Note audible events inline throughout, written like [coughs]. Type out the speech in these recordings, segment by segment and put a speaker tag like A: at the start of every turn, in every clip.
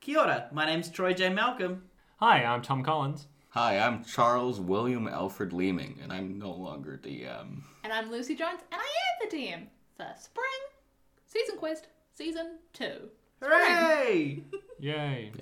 A: Kia ora, my name's Troy J. Malcolm.
B: Hi, I'm Tom Collins.
C: Hi, I'm Charles William Alfred Leeming, and I'm no longer um, DM.
D: And I'm Lucy Jones, and I am the DM for Spring Season Quest Season 2.
A: Hooray!
B: Yay.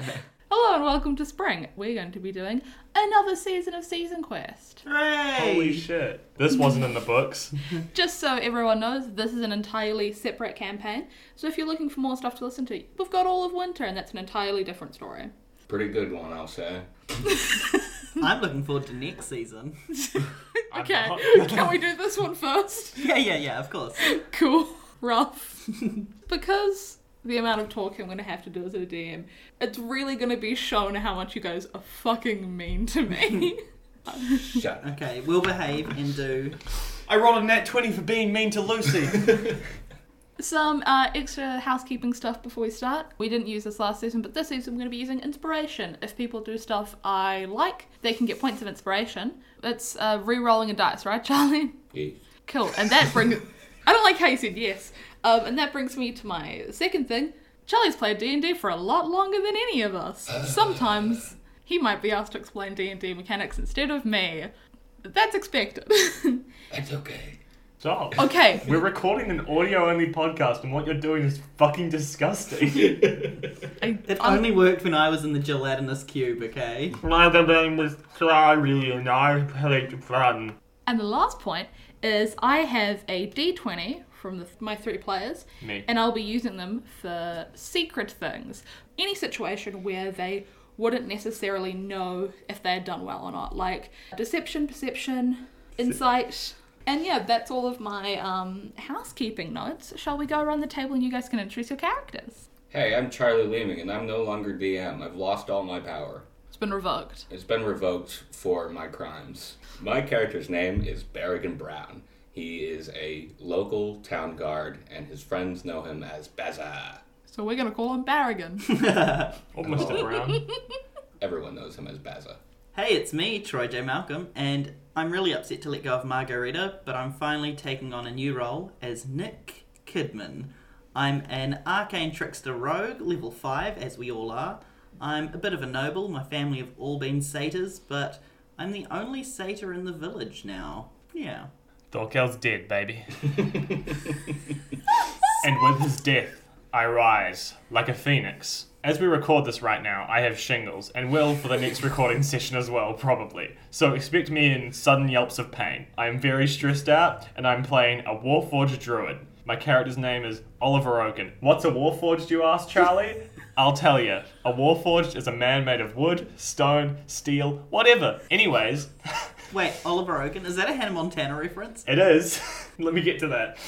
D: Hello and welcome to Spring. We're going to be doing another season of Season Quest.
A: Hooray!
E: Holy shit. This wasn't in the books.
D: Just so everyone knows, this is an entirely separate campaign, so if you're looking for more stuff to listen to, we've got all of winter, and that's an entirely different story.
C: Pretty good one, I'll say.
A: I'm looking forward to next season.
D: Okay, [laughs] can we do this one first?
A: [laughs]
D: [laughs]
A: Yeah, yeah, yeah, of course.
D: cool, rough. [laughs] because the amount of talking I'm going to have to do as a DM, it's really going to be shown how much you guys are fucking mean to me.
C: Shut up.
A: Okay, we'll behave and do.
E: I rolled a nat 20 for being mean to Lucy.
D: Some uh, extra housekeeping stuff before we start. We didn't use this last season, but this season we're going to be using inspiration. If people do stuff I like, they can get points of inspiration. It's uh, re rolling a dice, right, [laughs] Charlie? Cool. And that brings. I don't like how you said yes. Um, and that brings me to my second thing. Charlie's played D and D for a lot longer than any of us. Sometimes he might be asked to explain D and D mechanics instead of me. That's expected. [laughs]
C: That's okay.
E: [laughs] Stop.
D: okay.
E: We're recording an audio only podcast, and what you're doing is fucking disgusting. [laughs]
D: I,
A: It
D: I'm-
A: only worked when I was in the gelatinous cube, okay?
E: My name was Clary, and I played fun.
D: And the last point is I have a d20 from the, my three players,
E: Me.
D: and I'll be using them for secret things. Any situation where they wouldn't necessarily know if they had done well or not, like deception, perception, insight. And yeah, that's all of my um, housekeeping notes. Shall we go around the table and you guys can introduce your characters?
C: Hey, I'm Charlie Leeming, and I'm no longer DM. I've lost all my power.
D: It's been revoked.
C: It's been revoked for my crimes. My character's name is Barrigan Brown. He is a local town guard, and his friends know him as Baza.
D: So we're going to call him Barrigan.
E: Or Mr. Brown.
C: Everyone knows him as Baza.
A: Hey, it's me, Troy J. Malcolm, and I'm really upset to let go of Margarita, but I'm finally taking on a new role as Nick Kidman. I'm an arcane trickster rogue, level 5, as we all are. I'm a bit of a noble, my family have all been satyrs, but I'm the only satyr in the village now. Yeah.
E: Thorkel's dead, baby. and with his death, I rise like a phoenix. As we record this right now, I have shingles, and will for the next recording [laughs] session as well, probably. So expect me in sudden yelps of pain. I am very stressed out, and I'm playing a Warforged Druid. My character's name is Oliver Oaken. What's a Warforged, you ask, Charlie? I'll tell you. A Warforged is a man made of wood, stone, steel, whatever. Anyways, [laughs]
A: Wait, Oliver Oaken, is that a Hannah Montana reference?
E: It is. [laughs] Let me get to that.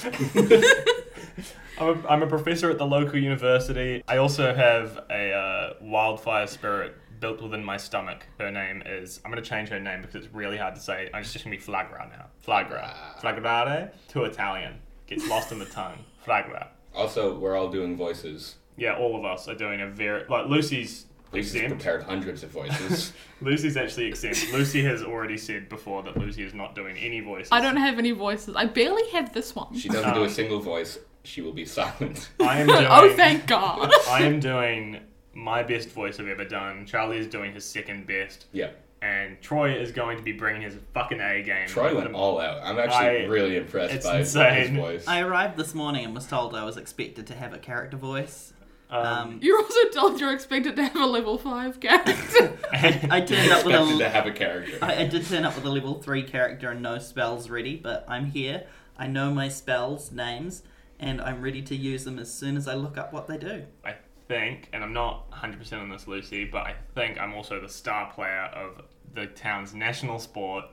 E: [laughs] I'm a, I'm a professor at the local university. I also have a uh, wildfire spirit built within my stomach. Her name is. I'm going to change her name because it's really hard to say. I'm just going to be Flagra now. Flagra. Flagrare to Italian. Gets lost in the tongue. Flagra.
C: Also, we're all doing voices.
E: Yeah, all of us are doing a very. Like, Lucy's.
C: Lisa's
E: exempt.
C: prepared hundreds of voices.
E: Lucy's actually exempt. Lucy has already said before that Lucy is not doing any voices.
D: I don't have any voices. I barely have this one.
C: She doesn't do a
E: Um,
C: single voice. She will be [laughs] silent.
E: I
D: [laughs]
E: am doing.
D: Oh,
E: [laughs]
D: thank God.
E: I am doing my best voice I've ever done. Charlie is doing his second best,
C: Yeah.
E: and Troy is going to be bringing his fucking A game. Um,
C: Troy went all out. I'm actually
E: I-
C: really impressed
E: it's
C: by
E: insane.
C: his voice.
A: I arrived this morning and was told I was expected to have a character voice.
E: [laughs]
A: Um,
D: You're also told you're expected to have a level 5 character.
A: I turned up with
C: expected
A: a
C: to have a character.
A: I, I did turn up with a level 3 character and no spells ready, but I'm here. I know my spells, names, and I'm ready to use them as soon as I look up what they do.
E: I think, and I'm not 100 percent on this, Lucy, but I think I'm also the star player of the town's
A: [laughs]
E: national sport,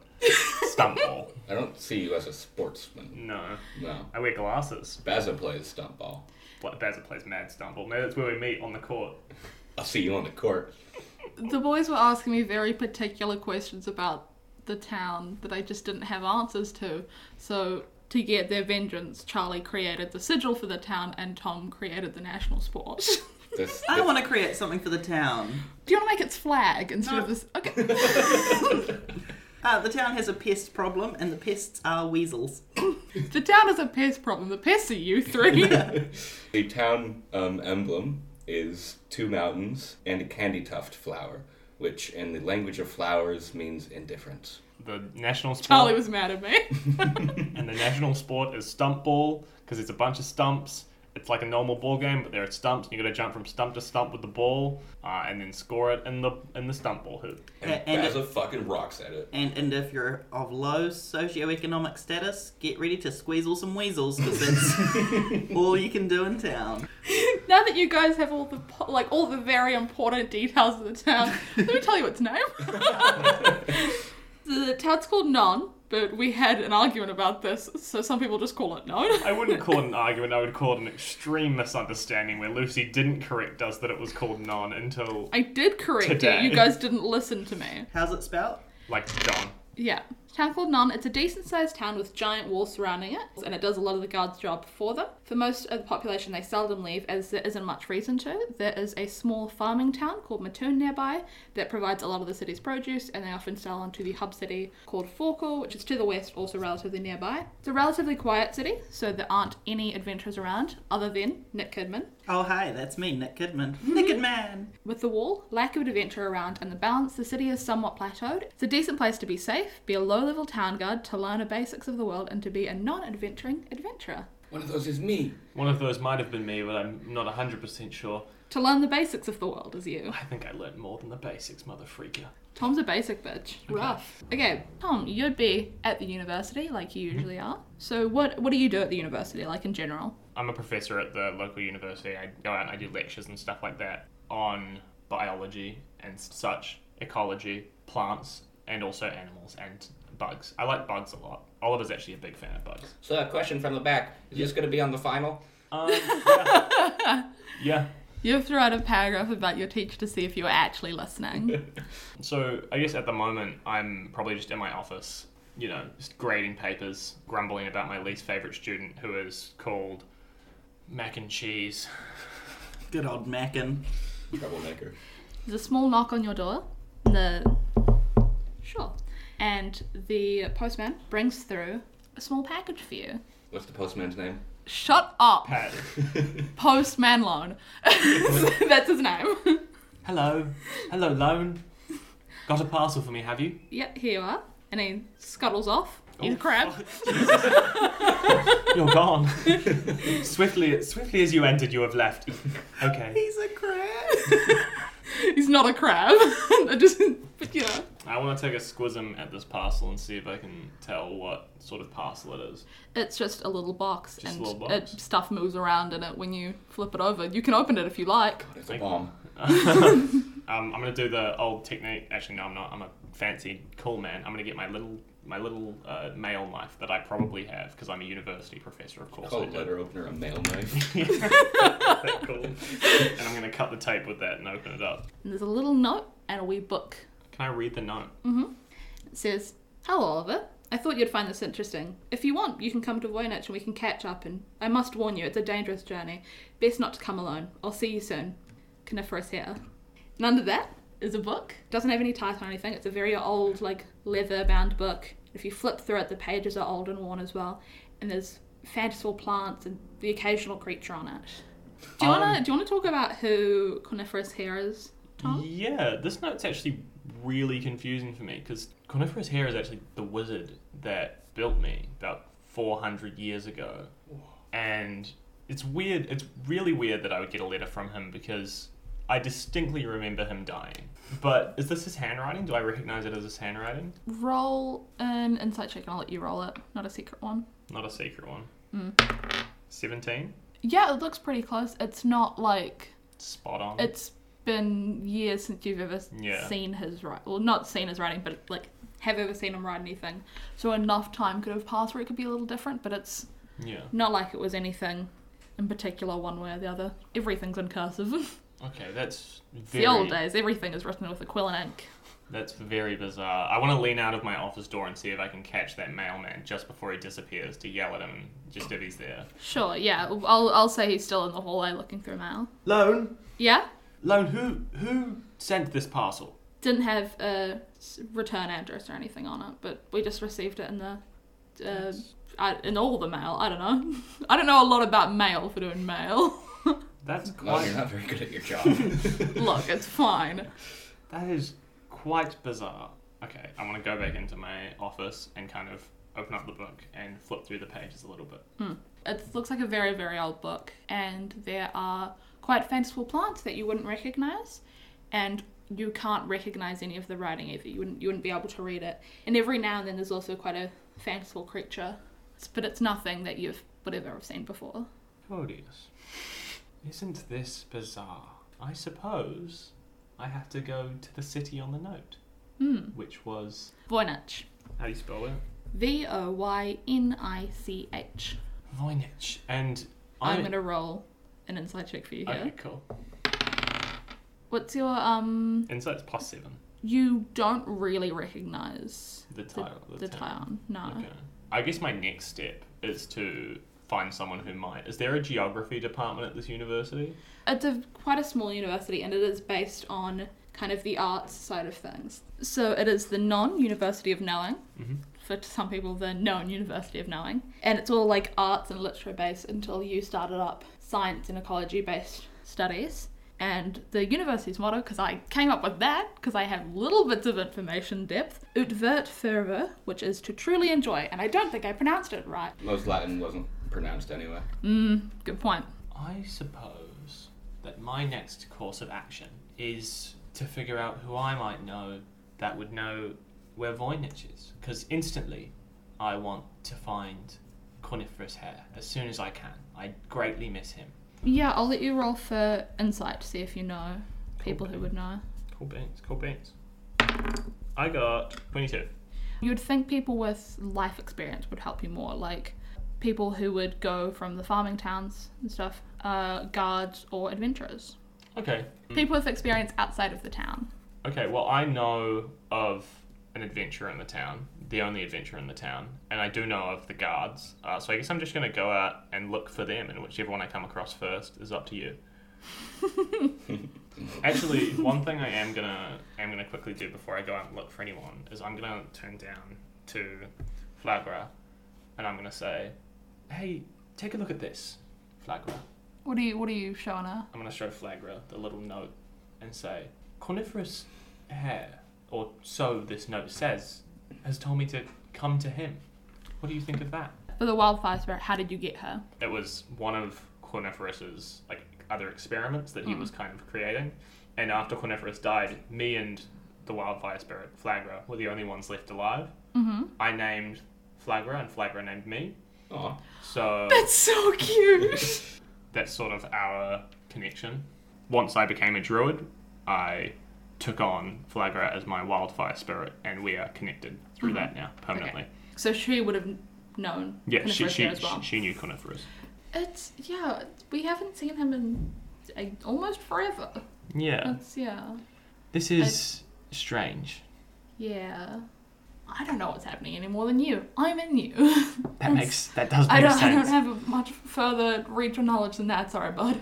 E: stump ball.
C: I don't see you as a sportsman.
E: No,
C: No.
E: I wear glasses.
C: Baza plays stunt ball.
E: Bla- Bazza plays mad stump ball. Maybe that's where we meet on the court.
C: I'll see you on the court.
D: the boys were asking me very particular questions about the town that I just didn't have answers to. So, to get their vengeance, Charlie created the sigil for the town and Tom created the national sport. [laughs]
C: This,
A: [laughs] I
C: this-
A: want to create something for the town.
D: Do you want to make its flag instead of this? Okay.
A: Uh, the town has a pest problem, and the pests are weasels.
D: the town is a pest problem. The pests are you three.
C: the town um, emblem is two mountains and a candy tuft flower, which in the language of flowers means indifference.
E: The national sport
D: Charlie was mad at me.
E: and the national sport is stump ball because it's a bunch of stumps. It's like a normal ball game, but there are stumps. And you got to jump from stump to stump with the ball, uh, and then score it in the in the stump ball hoop.
C: And,
A: A- and
C: Basil fucking rocks at it.
A: And, and if you're of low socioeconomic status, get ready to squeezle some weasels because that's all you can do in town.
D: now that you guys have all the po- like all the very important details of the
E: [laughs]
D: town, let me tell you its name. the town's called Non, but we had an argument about this, so some people just call it Non.
E: I wouldn't call it an argument. I would call it an extreme misunderstanding where Lucy didn't correct us that it was called non until
D: I did correct
E: Today.
D: you. You guys didn't listen to me.
A: How's it spelled?
E: like John.
D: Yeah. Town called None, it's a decent sized town with giant walls surrounding it, and it does a lot of the guards' job for them. For most of the population, they seldom leave as there isn't much reason to. There is a small farming town called Mattoon nearby that provides a lot of the city's produce, and they often sell onto the hub city called Forkle, which is to the west, also relatively nearby. It's a relatively quiet city, so there aren't any adventurers around other than Nick Kidman,
A: Oh, hi, that's me, Nick Kidman. Nick Man.
D: with the wall, lack of adventure around, and the balance, the city is somewhat plateaued. It's a decent place to be safe, be a low level town guard, to learn the basics of the world, and to be a non adventuring adventurer.
C: One of those is me.
E: One of those might have been me, but I'm not hundred percent sure.
D: To learn the basics of the world is you.
E: I think I learned more than the basics, mother freaker.
D: Tom's a basic bitch. Rough. Okay, Tom, you'd be at the university like you usually are. So what what do you do at the university, like in general?
E: I'm a professor at the local university. I go out and I do lectures and stuff like that on biology and such, ecology, plants, and also animals and bugs. I like bugs a lot. Oliver's actually a big fan of bugs.
C: So, a question from the back. Is this going to be on the final?
E: Um, yeah. yeah.
D: You have to write a paragraph about your teacher to see if you are actually listening.
E: So I guess at the moment I'm probably just in my office, you know, just grading papers, grumbling about my least favorite student who is called mac and cheese.
A: Good old Mackin.
C: Troublemaker.
D: There's a small knock on your door. The sure, and the postman brings through a small package for you.
C: What's the postman's name?
D: Shut up,
E: Pat.
D: postman loan. [laughs] That's his name.
E: Hello. Hello, Lone. Got a parcel for me, have you?
D: yep, here you are. And he scuttles off. He's a
E: Oh,
D: crab.
E: You're gone. swiftly, swiftly as you entered, you have left. Okay.
A: He's a crab.
D: [laughs] He's not a crab. [laughs] I just, but you know,
E: I want to take a squism at this parcel and see if I can tell what sort of parcel it is.
D: it's just a little box,
E: Just a
D: and
E: little box.
D: It, stuff moves around in it when you flip it over. You can open it if you like.
C: It's a
E: Thank-
C: bomb.
E: um, I'm gonna do the old technique. Actually, no, I'm not. I'm a fancy cool man. I'm gonna get my little my little uh, mail knife that I probably have because I'm a university professor, of course.
C: Call
E: I
C: a
E: do.
C: letter opener a mail
E: [laughs]
C: knife.
E: That [laughs] cool. and I'm gonna cut the tape with that and open it up.
D: And there's a little note and a wee book
E: Can I read the note?
D: says, Hello, Oliver. I thought you'd find this interesting. If you want, you can come to Voynich and we can catch up. And I must warn you, it's a dangerous journey. Best not to come alone. I'll see you soon. Coniferous hair. And under that is a book. Doesn't have any title or anything. It's a very old, like, leather bound book. If you flip through it, the pages are old and worn as well. And there's fanciful plants and the occasional creature on it. Do you wanna
E: Um,
D: do you wanna talk about who coniferous hair is, Tom?
E: Yeah, this note's actually really confusing for me because Coniferous Hair is actually the wizard that built me about 400 years ago. And it's weird, it's really weird that I would get a letter from him because I distinctly remember him dying. But is this his handwriting? Do I recognize it as his handwriting?
D: Roll an insight check and I'll let you roll it. Not a secret one.
E: Not a secret one.
D: Hmm.
E: 17?
D: Yeah, it looks pretty close. It's not like
E: Spot on.
D: it's been years since you've ever s-
E: Yeah.
D: seen his writing. Well, not seen his writing, but like have ever seen him write anything. So enough time could have passed where it could be a little different, but it's
E: yeah.
D: not like it was anything in particular, one way or the other. Everything's in cursive. [laughs] It's
E: Okay, that's very.
D: the old days, everything is written with a quill and ink.
E: That's very bizarre. I want to lean out of my office door and see if I can catch that mailman just before he disappears to yell at him just if he's there.
D: Sure, yeah. I'll, I'll say he's still in the hallway looking through mail.
E: Lone,
D: Yeah?
E: Lone, who who sent this parcel?
D: didn't have a s- return address or anything on it, but we just received it in the [laughs] uh, I, in all the mail. [laughs] I don't know. I don't know a lot about mail for doing mail.
B: That's
C: Well, you're
B: quite.
C: not very good at
E: [laughs]
C: your job.
D: Look, it's fine.
E: That is quite bizarre. Okay, I'm gonna go back into my office and kind of open up the book and flip through the pages a little bit.
D: It looks like a very, very old book, and there are quite fanciful plants that you wouldn't recognize, and you can't recognize any of the writing either. You wouldn't, you wouldn't be able to read it. And every now and then, there's also quite a fanciful creature, It's- but it's nothing that you've would have ever seen before.
B: Claudius, isn't this bizarre? I suppose I have to go to the city on the note,
D: Hmm.
B: which was.
D: Voynich.
B: How do you spell it?
D: V O Y N I C H.
B: Voynich. And I.
D: I'm gonna roll an insight check for you here.
E: Okay, cool.
D: What's your um?
E: Insights plus seven.
D: You don't really recognize
E: The
D: the,
E: tile.
D: the town. No.
E: Okay. I guess my next step is to find someone who might. Is there a geography department at this university?
D: It's a quite a small university, and it is based on kind of the arts side of things. So it is the non-University of Knowing, for some people, the known University of Knowing, and it's all like arts and literature based until you started up science and ecology based studies. And the university's motto, because I came up with that, because I have little bits of information depth, ut vert fervor, which is to truly enjoy, and I don't think I pronounced it right. Mm,
C: Most Latin wasn't pronounced anyway.
D: Good point.
B: I suppose that my next course of action is to figure out who I might know that would know where Voynich is. Because instantly, I want to find Corniferous Hare as soon as I can. I greatly miss him.
D: Yeah, I'll let you roll for insight to see if you know people who
E: Okay.
D: would know.
E: Cool beans, cool beans. I got 22.
D: You'd think people with life experience would help you more, like people who would go from the farming towns and stuff, uh, guards or adventurers.
E: Okay.
D: People with experience outside of the town.
E: Hmm. Okay, well, I know of an adventurer in the town, the only adventurer in the town, and I do know of the guards. Uh, so I guess I'm just going to go out and look for them, and whichever one I come across first is up to you. Actually, one thing I am gonna am gonna quickly do before I go out and look for anyone is I'm gonna turn down to Flagra, and I'm gonna say, "Hey, take a look at this, Flagra."
D: What are you What are you showing her?
E: I'm gonna show Flagra the little note and say, Corniferous hair, or so this note says, has told me to come to him. What do you think of that?
D: For the wildfire spirit, how did you
E: [laughs]
D: get her?
E: It was one of Corniferous's like other experiments that he was kind of creating, and after Corniferous died, me and the wildfire spirit Flagra were the only ones left alive.
D: Mm-hmm.
E: I named Flagra, and Flagra named me.
C: Aw.
E: [laughs] So
D: That's so cute.
E: that's sort of our connection. Once I became a druid, I took on Flagra as my wildfire spirit, and we are connected through
D: Mm-hmm.
E: that now permanently.
D: so she would have known.
E: Yeah, she
D: Coniferous
E: she,
D: here as well.
E: she she knew Coniferous.
D: It's yeah. We haven't seen him in uh, almost forever.
E: Yeah,
D: That's yeah.
B: This is strange.
D: Yeah. I don't know what's happening any more than you. I'm in [laughs] you.
B: That makes. That does make
D: I don't,
B: sense.
D: I don't have much further reach or knowledge than that, sorry, bud.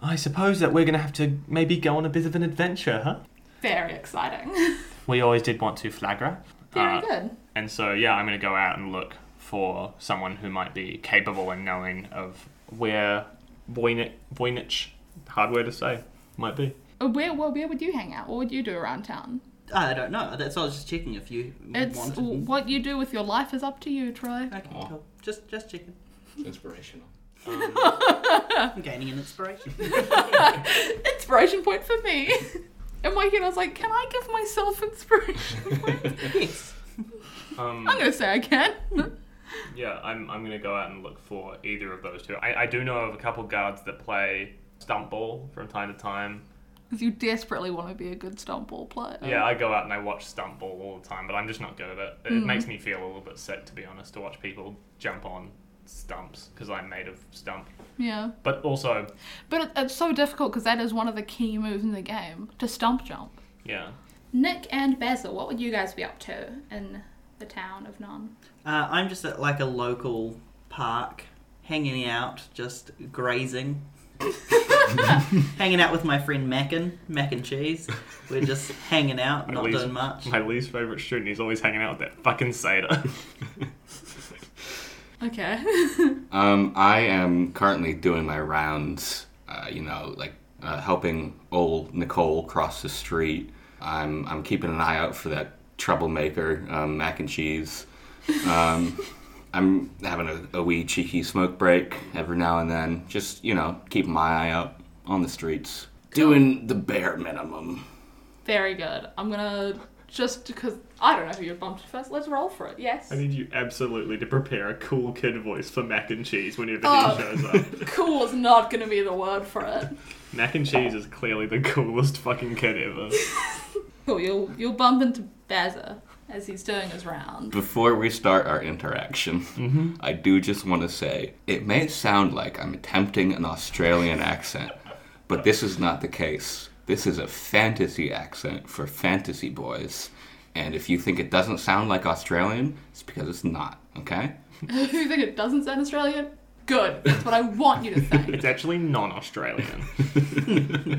B: I suppose that we're going to have to maybe go on a bit of an adventure, huh?
D: Very exciting. [laughs]
B: We always did want to, Flagra.
D: Very
E: Uh,
D: good.
E: and so yeah, I'm gonna go out and look for someone who might be capable and knowing of where Voynich, Voynich hardware to say might be.
D: Uh, Where, well, where would you hang out? What would you do around town?
A: I don't know. That's I was just checking if you
D: It's
A: wanted.
D: what you do with your life is up to you, Troy.
A: Okay,
C: Aw.
A: cool. Just just checking.
C: It's inspirational.
E: Um,
A: I'm gaining an inspiration.
D: [laughs] Inspiration point for me. [laughs] In my head, I was like, can I give myself inspiration [laughs] points?
E: [laughs]
A: yes.
D: [laughs]
E: Um,
D: I'm gonna say I can. [laughs]
E: Yeah, I'm, I'm going to go out and look for either of those two. I, I do know of a couple guards that play stump ball from time to time.
D: Because you desperately want to be a good stump ball player.
E: Yeah, I go out and I watch stump ball all the time, but I'm just not good at it. It makes me feel a little bit sick, to be honest, to watch people jump on stumps because I'm made of stump.
D: Yeah.
E: But also,
D: But it, it's so difficult because that is one of the key moves in the game to stump jump.
E: yeah.
D: Nick and Basil, what would you guys be up to in the town of Non?
A: Uh, I'm just at like a local park, hanging out, just grazing. hanging out with my friend Mackin, Mac and Cheese. We're just hanging out,
E: My
A: not
E: least-
A: doing much.
E: My least favourite student is always hanging out with that fucking [laughs] satyr.
D: Okay.
C: Um, I am currently doing my rounds. Uh, uh, you know, like uh, helping old Nicole cross the street. I'm I'm keeping an eye out for that troublemaker um, mac and cheese. Um, I'm having a, a wee cheeky smoke break every now and then. Just you know, keeping my eye out on the streets, doing the bare minimum.
D: [laughs] Very good. I'm gonna just because I don't know who you bumped first. Let's roll for it. Yes.
F: I need you absolutely to prepare a cool kid voice for mac and cheese whenever
D: Oh.
F: he shows up.
D: [laughs] cool is not gonna be the word for it.
F: mac and cheese is clearly the coolest fucking kid ever.
D: Cool. You'll you'll bump into Bazza as he's doing his [laughs] round.
C: Before we start our interaction, I do just want to say it may sound like I'm attempting an Australian accent, but this is not the case. This is a fantasy accent for fantasy boys. And if you think it doesn't sound like Australian, it's because it's not, okay?
D: you think it doesn't sound Australian? Good. That's what I want you to
E: [laughs]
D: think.
F: It's actually non-Australian.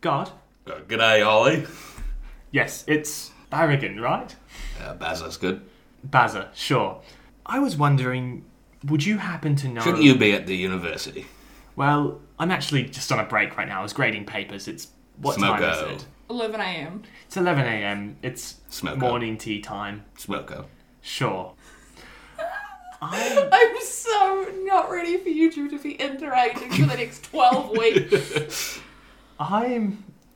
E: God.
C: Uh, g'day, Ollie.
F: Yes, it's Barrigan, right?
C: Uh, Baz, that's good.
E: Bazza, sure. I was wondering, would you happen to know.
C: Shouldn't you be at the university?
E: Well, I'm actually just on a break right now. I was grading papers. It's. What time
C: Smoko.
E: is it?
D: 11 a.m.
E: It's 11 a.m. It's
C: Smoko.
E: morning tea time.
C: Smoko.
E: Sure.
D: I'm so not ready for you two to be interacting for the next 12 weeks.
E: I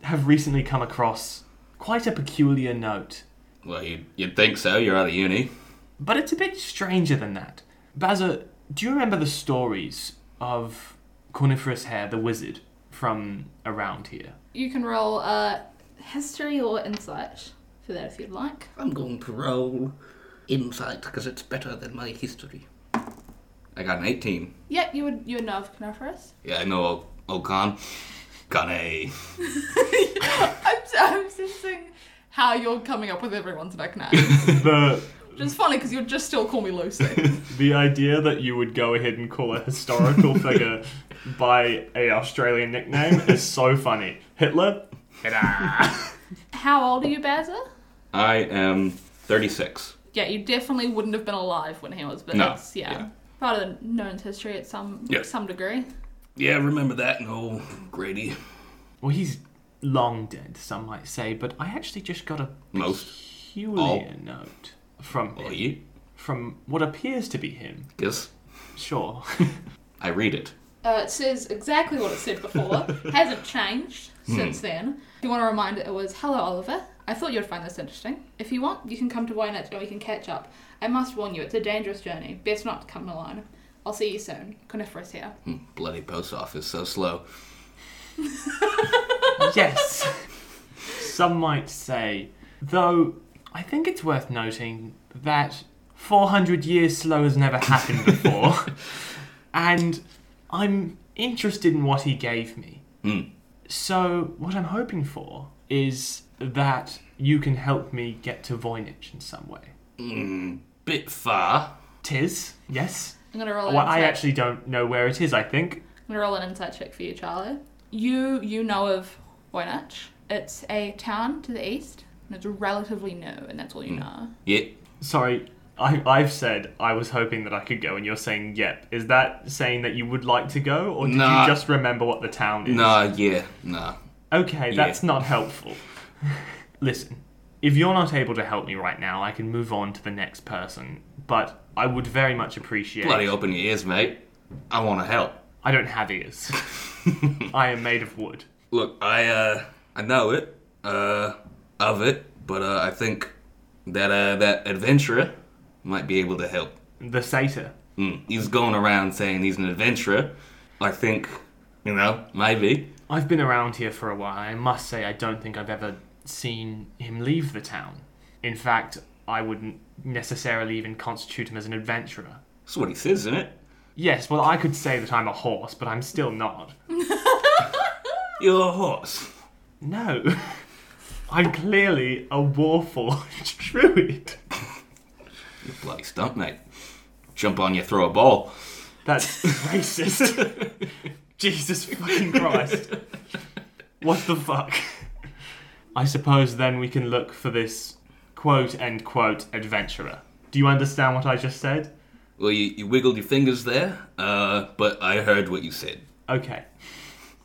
E: have recently come across quite a peculiar note,
C: Well, you, you'd think so. You're out of uni.
E: but it's a bit stranger than that. Bazza, do you remember the stories of Corniferous Hair, the wizard, from around
C: [laughs]
E: here?
D: You can roll uh, history or insight for that if you'd like.
C: I'm going to roll insight because it's better than my history. I got an 18.
D: Yeah, you would you would know of Coniferous.
C: [laughs] Yeah, I know Okan. Got a.
D: I'm, I'm just seeing how you're coming up with everyone's back now.
C: [laughs]
D: Which
F: The
D: is funny because you'll just still call me Lucy.
F: the idea that you would go ahead and call a
E: [laughs]
F: historical figure by a Australian nickname is so funny. Hitler.
D: How old are you, Bazza?
C: I am 36.
D: Yeah, you definitely wouldn't have been alive when he was, but
C: No,
D: it's yeah,
C: yeah.
D: part of the known history at some
C: Yeah.
D: some degree.
C: Yeah, remember that in old Grady.
E: Well, he's long dead, some might say, but I actually just got a
C: Most.
E: peculiar
C: All.
E: note from
C: Well,
E: him,
C: you
E: from what appears to be him.
C: guess
E: Sure. [laughs]
C: I read it.
D: Uh, it says exactly what it
E: [laughs]
D: said before. Hasn't changed
E: Hmm.
D: since then. If you want a reminder, it was Hello, Oliver. I thought you'd find this interesting. If you want, you can come to Wynet and we can catch up. I must warn you, it's a dangerous journey. Best not to come alone. I'll see you soon. Coniferous here.
C: Hmm, Bloody post office, so slow.
E: yes. Some might say, though, I think it's worth noting that 400 years slow has never happened before. and I'm interested in what he gave me.
C: Hmm.
E: So, what I'm hoping for is that you can help me get to Voynich in some way.
C: Mm, bit far.
E: Tis, yes.
D: I'm gonna roll. An
E: Well, I
D: insight-
E: actually don't know where it is, I think.
D: I'm gonna roll an insight check for you, Charlie. You you know of Voynich. It's a town to the east, and it's relatively new, and that's all
E: Hmm.
D: you know. [laughs]
C: Yeah.
F: Sorry, I, I've said I was hoping that I could go, and you're saying yep. Is that saying that you would like to go, or did
C: Nah.
F: you just remember what the town is?
C: Nah, yeah, nah.
F: Okay,
C: Yeah.
F: that's not helpful. [laughs] Listen, if you're not able to help me right now, I can move on to the next person. But I would very much appreciate.
C: Bloody open your ears, mate. I want to help. [laughs]
F: I don't have ears. [laughs] I am made of wood.
C: Look, I uh, I know it, uh, of it, but uh, I think that uh, that adventurer might be able to help.
F: The satyr.
C: Mm, he's going around saying he's an adventurer. I think, you know, maybe.
E: I've been around here for a while. I must say, I don't think I've ever seen him leave the town. In fact, I wouldn't necessarily even constitute him as an adventurer.
C: That's what he says, isn't it?
E: Yes, well, I could say that I'm a horse, but I'm still not.
C: You're a horse.
E: No. [laughs] I'm clearly a [laughs] warforged druid.
C: You bloody stump, mate. Jump on you, throw a ball.
E: That's [laughs] racist. [laughs] Jesus fucking Christ. [laughs] What the fuck? I suppose then we can look for this quote end quote adventurer. Do you understand what I just said?
C: Well, you, you wiggled your fingers there, uh, but I heard what you said.
E: Okay.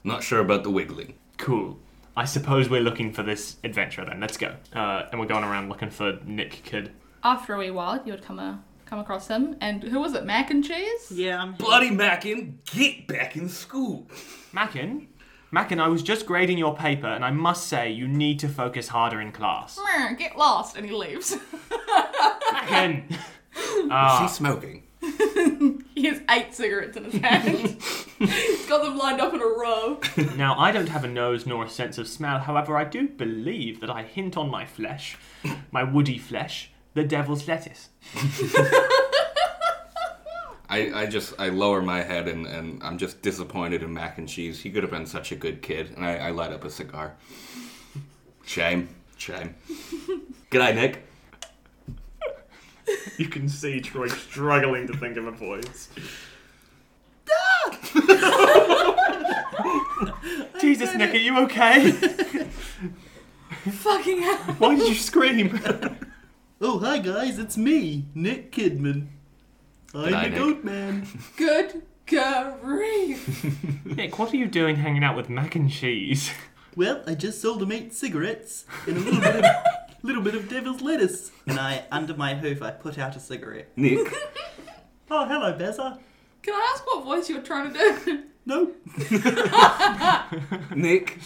C: Not sure about the wiggling.
E: Cool. I suppose we're looking for this adventurer then. Let's go. Uh, and we're going around looking for Nick Kid.
D: After a wee while, you would come a, come across him, and who was it? Mac and cheese.
A: Yeah, I'm
C: Bloody Mackin, get back in school.
E: Mackin? Mackin, I was just grading your paper, and I must say, you need to focus harder in
D: [laughs]
E: class.
D: Meh, Get lost, and he leaves. [laughs]
E: Mackin!
C: She's smoking.
D: he has eight cigarettes in his hand. He's got them lined up in a row.
E: Now, I don't have a nose nor a sense of smell, however, I do believe that I hint on my flesh, my woody flesh, the devil's lettuce.
C: I, I just I lower my head and, and I'm just disappointed in mac and cheese. He could have been such a good kid, and I, I light up a cigar. Shame, shame. [laughs] G'day, Nick.
E: You can see Troy struggling to think of a [laughs] voice. Jesus, Nick, are you [laughs] okay?
D: Fucking hell.
E: Why did you scream?
A: Oh, hi guys, it's me, Nick Kidman. I'm
C: G'day,
A: the
C: Nick.
A: goat man.
D: Good grief.
E: [laughs] Nick, what are you doing hanging out with mac and cheese?
A: Well, I just sold him eight cigarettes and a little bit of little bit of devil's lettuce. And I under my hoof I put out a cigarette.
C: Nick.
A: Oh hello, Bazza.
D: Can I ask what voice you were trying to do? [laughs]
A: Nope.
C: Nick.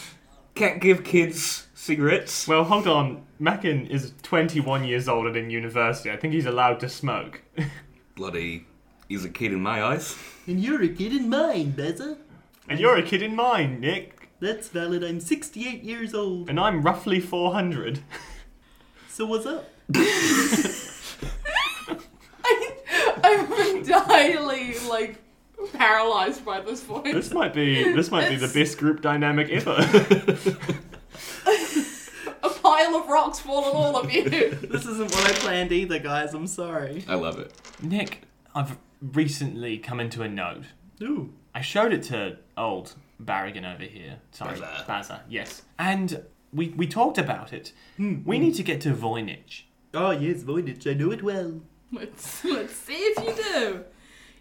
C: Can't give kids cigarettes.
E: Well, hold on. Mackin is 21 years old and in university. I think he's allowed to smoke. [laughs]
C: Bloody, he's a kid in my eyes.
A: And you're a kid in mine, Bazza.
E: and you're a kid in mine, Nick.
A: That's valid, I'm sixty-eight years old.
E: And I'm roughly 400.
A: So what's up?
D: I, I'm entirely, like, paralyzed by this voice.
E: [laughs] This might be this might be the
D: It's-
E: best group dynamic ever.
D: A pile of rocks fall on all of you. [laughs]
A: This isn't what I planned either, guys, I'm sorry.
C: I love it.
E: [laughs] Nick, I've recently come into a node.
A: Ooh.
E: I showed it to old Barrigan over here. Sorry,
C: Bazza.
E: Bazza. Yes. And we we talked about it. We need to get to Voynich.
A: Oh yes, Voynich, I know it well.
D: Let's, let's see if you do.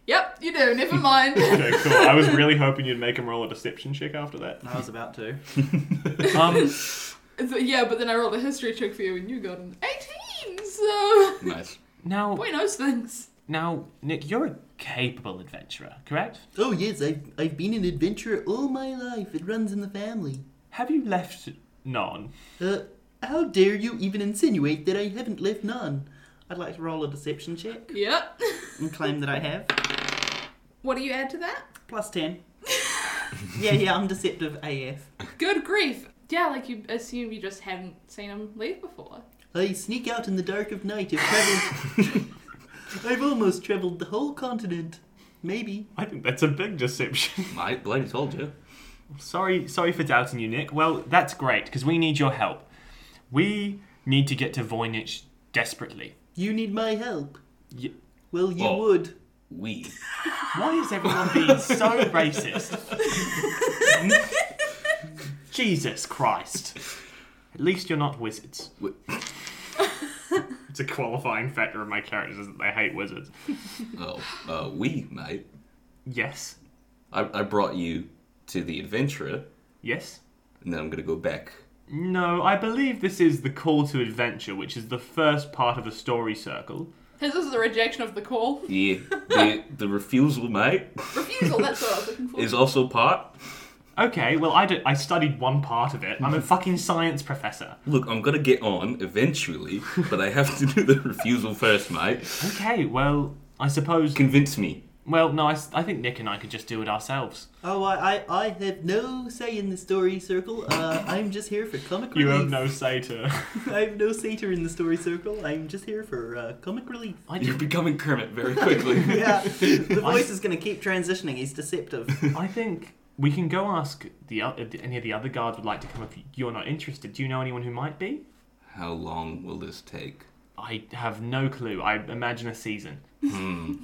D: Yep, you do. Never mind.
E: Okay, cool. I was really hoping you'd make him roll a deception check after that.
A: I was about to.
E: [laughs] Um,
D: [laughs]
E: [laughs]
D: So, yeah, but then I rolled a history check for you and you got an 18, so.
C: Nice.
E: now
D: Boy knows things.
E: Now, Nick, you're a capable adventurer, correct?
A: Oh yes, I've I've been an adventurer all my life. It runs in the family.
E: Have you left Non?
A: Uh, how dare you even insinuate that I haven't left none? I'd like to roll a deception check
D: Yep. [laughs]
A: and claim that I [laughs] have.
D: What do you add to that?
A: Plus 10. yeah, yeah, I'm deceptive AF.
D: Good grief. Yeah, like you assume you just hadn't seen him leave before.
A: I sneak out in the dark of night. I've traveled. I've almost traveled the whole continent. Maybe.
E: I think that's a big deception.
C: I bloody told you.
E: sorry, sorry for doubting you, Nick. Well, that's great because we need your help. We need to get to Voynich desperately.
A: You need my help.
E: Y-
A: Well, you
C: Well-
A: would.
C: We.
E: Why is everyone being [laughs] so racist? Jesus Christ! At least you're not wizards.
C: W-
E: It's a qualifying factor of my characters is that they hate wizards.
C: Oh, uh, we, mate.
E: Yes,
C: I, I brought you to the adventurer,
E: yes.
C: and then I'm gonna go back.
E: No, I believe this is the call to adventure, which is the first part of the story circle.
D: His is the rejection of the call.
C: Yeah, the, the refusal, mate,
D: Refusal, that's what I was looking for.
C: is also part.
E: Okay, well, I, don't- I studied one part of it. I'm a fucking science professor.
C: Look, I'm gonna get on eventually, but I have to do the refusal first, mate.
E: Okay, well, I suppose.
C: Convince me.
E: Well, no, I, s- I think Nick and I could just do it ourselves.
A: Oh, I, I, I have no say in the story circle. Uh, I'm just here for comic relief.
E: say to.
A: [laughs] I have no satyr in the story circle. I'm just here for uh, comic relief.
E: [laughs] I
C: You're
E: do.
C: becoming Kermit very quickly.
A: Yeah, [laughs] the voice is going to keep transitioning. He's deceptive.
E: I think we can go ask the o- if any of the other guards would like to come if you're not interested. Do you know anyone who might be?
C: How long will this take?
E: I have no clue. I imagine a season.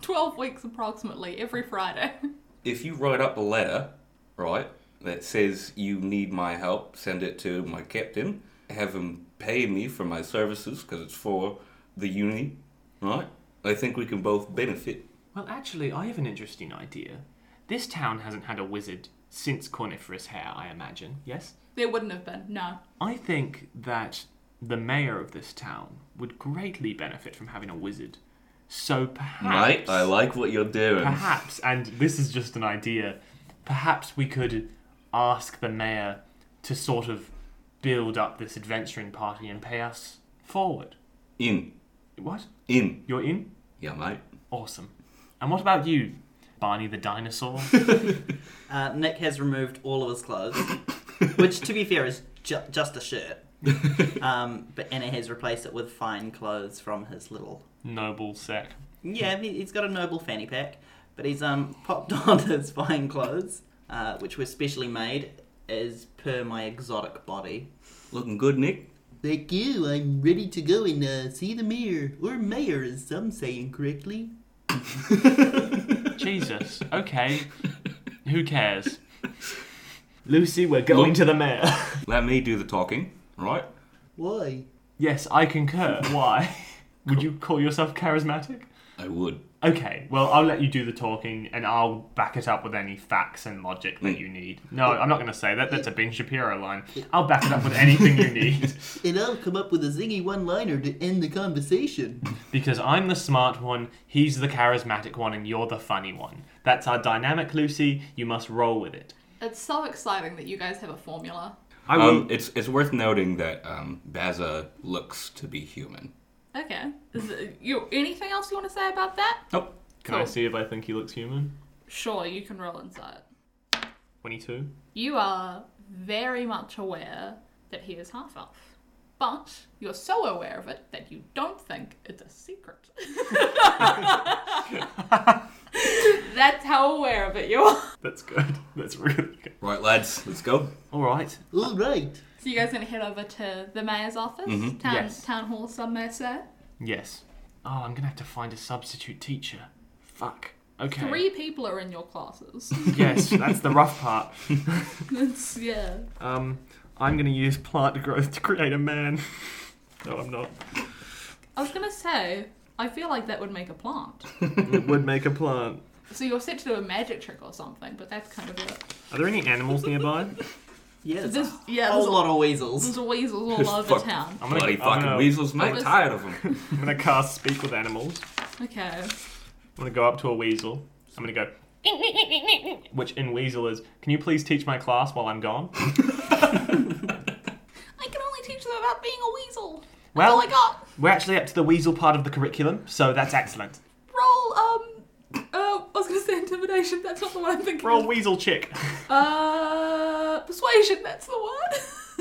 D: 12 weeks approximately, every Friday. [laughs]
C: If you write up a letter, right, that says you need my help, send it to my captain, have him pay me for my services because it's for the uni, right? I think we can both benefit.
E: Well, actually, I have an interesting idea. This town hasn't had a wizard since corniferous hair, I imagine. Yes?
D: There wouldn't have been, no.
E: I think that the mayor of this town would greatly benefit from having a wizard. So perhaps.
C: Mike, I like what you're doing.
E: Perhaps, and this is just an idea, perhaps we could ask the mayor to sort of build up this adventuring party and pay us forward.
C: In.
E: What?
C: In.
E: You're in?
C: Yeah, mate.
E: Awesome. And what about you, Barney the
C: [laughs]
E: dinosaur?
A: Uh, Nick has removed all of his clothes, which, to be fair, is ju- just a shirt. um, but Anna has replaced it with fine clothes from his little.
E: Noble sec.
A: Yeah, he, he's got a noble fanny pack, but he's um popped [laughs] on his fine clothes, uh, which were specially made as per my exotic body.
C: Looking good, Nick.
A: Thank you. I'm ready to go and uh, see the mayor, or mayor, as some say incorrectly.
E: Jesus. Okay. Who
C: [laughs]
E: cares? Lucy, we're going
C: Look-
E: to the mayor.
C: Let me do the talking, right?
A: Why?
E: yes, I [laughs] concur. Why? Would you call yourself charismatic?
C: I would.
E: Okay, well, I'll let you do the talking and I'll back it up with any facts and logic that you need. No, I'm not going to say that. That's a Ben Shapiro line. I'll back it up with anything [laughs] you need
A: And I'll come up with a zingy one-liner to end the conversation.
E: because I'm the smart one, he's the charismatic one, and you're the funny one. That's our dynamic, Lucy. You must roll with it.
D: It's so exciting that you guys have a formula.
E: I will.
C: Um, it's it's worth noting that um, Baza looks to be human.
D: Okay. Is it- you, anything else you want to say about that?
C: Nope.
E: Can I see if I think he looks human?
D: Sure, you can roll insight.
E: 22.
D: You are very much aware that he is half elf, but you're so aware of it that you don't think it's
E: [laughs]
D: a secret. That's how aware of it you are.
E: That's good. [laughs] That's really good.
C: Right, lads, let's go.
E: All right.
A: All right.
D: So you guys gonna head over to the mayor's office, town
E: Mm-hmm. Yes.
D: town hall, some may say.
E: Yes. Oh, I'm going to have to find a substitute teacher. Fuck. Okay.
D: Three [laughs] people are in your classes. [laughs]
E: Yes, that's the rough part.
D: It's- yeah.
E: Um, I'm gonna use plant growth to create a man. no, I'm not.
D: I was gonna say, I feel like that would make a plant.
E: It would make a plant.
D: So you're set to do a magic trick or something, but that's kind of it.
E: Are there any animals nearby?
A: Yeah, there's
D: There's,
A: a
D: yeah, there's
A: whole
D: a,
A: lot of weasels.
D: there's weasels all
C: There's
D: over
C: fuck-
D: town.
E: I'm
C: Bloody
E: I'm
C: fucking
E: gonna-
C: weasels, mate.
D: What is-
C: Tired of them.
E: I'm gonna cast speak with animals.
D: Okay.
E: I'm gonna go up to a weasel. I'm gonna go. Which in weasel is, can you please teach my class while I'm gone?
D: Oh I can only teach them about being a weasel.
E: Well,
D: oh my god!
E: we're actually up to the weasel part of the curriculum, so that's excellent.
D: Roll, um. Uh, I was gonna say intimidation, that's not the one I'm thinking.
E: Roll
D: of.
E: weasel chick. [laughs]
D: Uh. Persuasion, that's the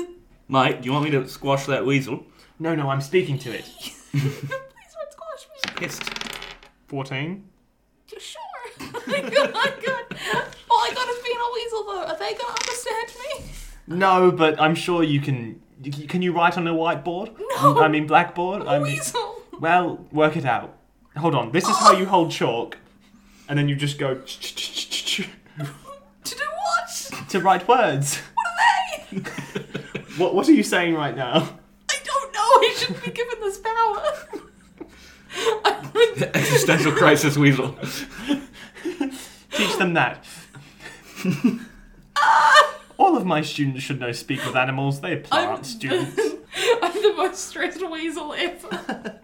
D: word.
C: mate, do you want me to squash that weasel?
E: No, no, I'm speaking to it.
D: [laughs] Please don't squash me.
C: Pissed.
E: 14.
D: You're sure? [laughs] Oh my god, oh my god. All I got is being a weasel though. Are they gonna understand me?
E: No, but I'm sure you can. Can you write on a whiteboard?
D: No.
E: I mean blackboard. I
D: A
E: mean.
D: weasel.
E: Well, work it out. Hold on. This is how you hold chalk, and then you just go to
D: To do what?
E: write words.
D: What are they?
E: What What are you saying right now?
D: I don't know. I shouldn't be given this [laughs]
E: [laughs]
D: power.
C: Existential crisis weasel. [laughs]
E: Teach them
D: [laughs]
E: that. All of my students should know speak with animals. They're
D: [laughs]
E: plant students.
D: I'm the most stressed weasel ever.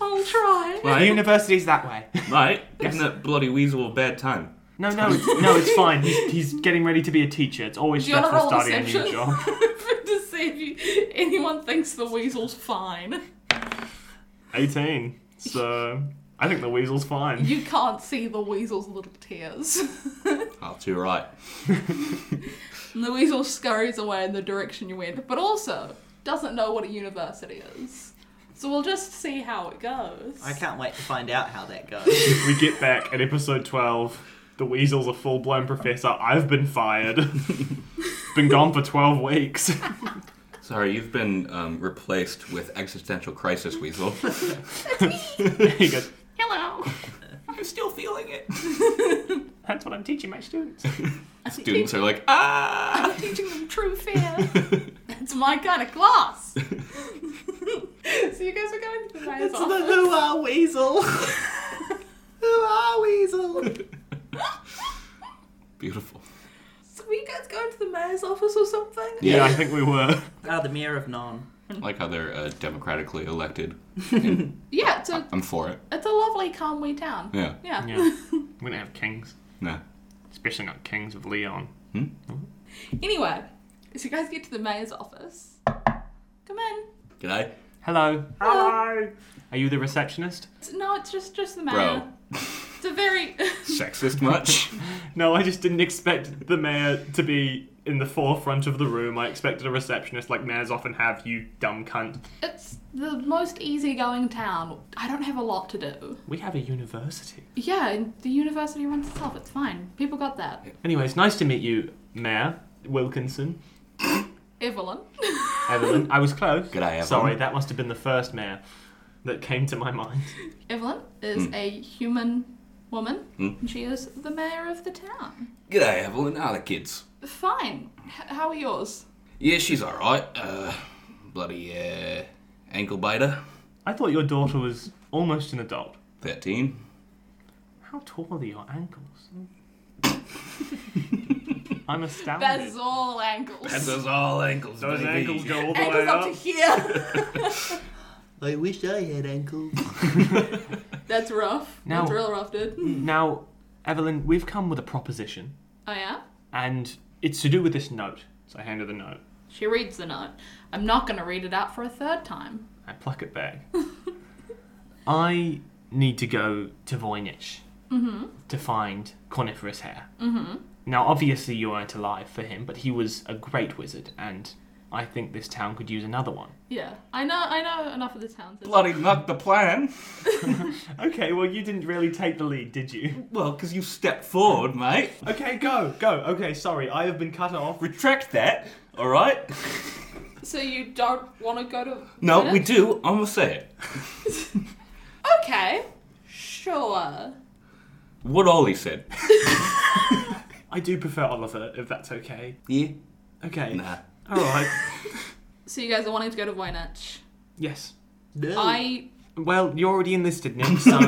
D: I'll try.
E: Our university's that way.
C: Mate, isn't that bloody weasel a bad time?
E: No, no, it's- no. It's fine. He's, he's getting ready to be a teacher. It's always
D: Do you want to
E: stressful
D: roll
E: starting a new
D: deception
E: job.
D: [laughs] to see if you, anyone thinks the weasel's fine?
E: Eighteen. So I think the weasel's [laughs] fine.
D: You can't see the weasel's little tears. [laughs] and
C: Oh, too right.
D: the weasel scurries away in the direction you went, but also doesn't know what a university is. So we'll just see how it goes.
A: I can't wait to find out how that
D: [laughs]
A: goes.
E: We get back at episode 12. The Weasel's a full blown professor. I've been [laughs] fired. been gone for 12 weeks. [laughs]
C: Sorry, you've been um, replaced with existential crisis [laughs] weasel.
E: he goes,
D: Hello.
C: I'm still feeling
D: [laughs]
C: it.
E: That's what I'm teaching my students.
C: Students are like, ah.
D: I'm teaching them true fear.
C: [laughs]
D: It's my kind of class. so you guys are going to the mayor's
A: it's the
D: office.
A: who are [laughs] weasel. who are weasel?
C: Beautiful.
D: So
G: were you guys going to the mayor's office or something?
E: Yeah, I think we were.
A: Ah, the mayor of Non.
C: like how they're uh, democratically elected. And
D: Yeah, it's a,
C: I'm for it.
D: it's a lovely, calm wee town.
C: Yeah.
D: Yeah.
E: Yeah. We don't have kings,
C: No.
E: especially not kings of Leon.
D: [laughs] Anyway, so you guys get to the mayor's office. Come in.
C: Can I?
E: Hello. Hello. Are you the receptionist?
D: It's- no, it's just just the mayor.
C: Bro.
D: It's a very. [laughs]
C: Sexist [laughs] much?
E: No, I just didn't expect the mayor to be in the forefront of the room. I expected a receptionist like mayors often have, you dumb cunt.
D: it's the most easygoing town. I don't have a lot to do.
E: We have a university.
D: Yeah, and the university runs itself. It's fine. People got that.
E: Anyway, it's nice to meet you, Mayor Wilkinson.
D: Evelyn.
E: Evelyn. I was close.
C: Good eye, Evelyn.
E: Sorry, that must have been the first mayor that came to my mind.
D: Evelyn
C: Hmm.
D: is a human woman.
C: Mm.
D: and She is the mayor of the town.
C: G'day, Evelyn. How are the kids?
D: Fine. H- how are yours?
C: Yeah, she's alright. Uh, bloody uh, ankle biter.
E: I thought your daughter was almost an adult.
C: 13.
E: How tall are your ankles? I'm astounded.
D: That's all ankles.
C: That's us all ankles.
E: Those
C: baby.
E: ankles go all the
D: ankles
E: way
D: up
E: up.
D: to
E: [laughs]
D: here.
A: I wish I had ankles.
D: That's rough.
E: No.
D: That's real rough, dude.
E: Now, Evelyn, we've come with a proposition,
D: Oh yeah.
E: and it's to do with this note. So I hand her the note.
D: She reads the note. I'm not gonna read it out for a third time.
E: I pluck it back. [laughs] I need to go to Voynich to find Corniferous Hair. Mm-hmm. Now, obviously, you weren't alive for him, but he was a great wizard, and I think this town could use another one.
D: Yeah, I know. I know enough of the towns.
C: Bloody not the plan.
E: Okay, well, you didn't really take the lead, did
C: [laughs]
E: you?
C: Well, 'cause you stepped forward, mate.
E: Okay, go, go. Okay, sorry, I have been cut off.
C: Retract that, alright?
D: So you don't want to go to?
C: No,
D: Venice?
C: we do. I'm gonna say it.
D: Okay. Sure.
C: What Ollie said.
E: I do prefer Oliver, if that's okay.
C: Yeah.
E: Okay.
C: Nah.
E: Alright.
D: So you guys are wanting to go to Voynich.
E: yes.
A: No.
D: I
E: Well, you're already enlisted, Nick, so.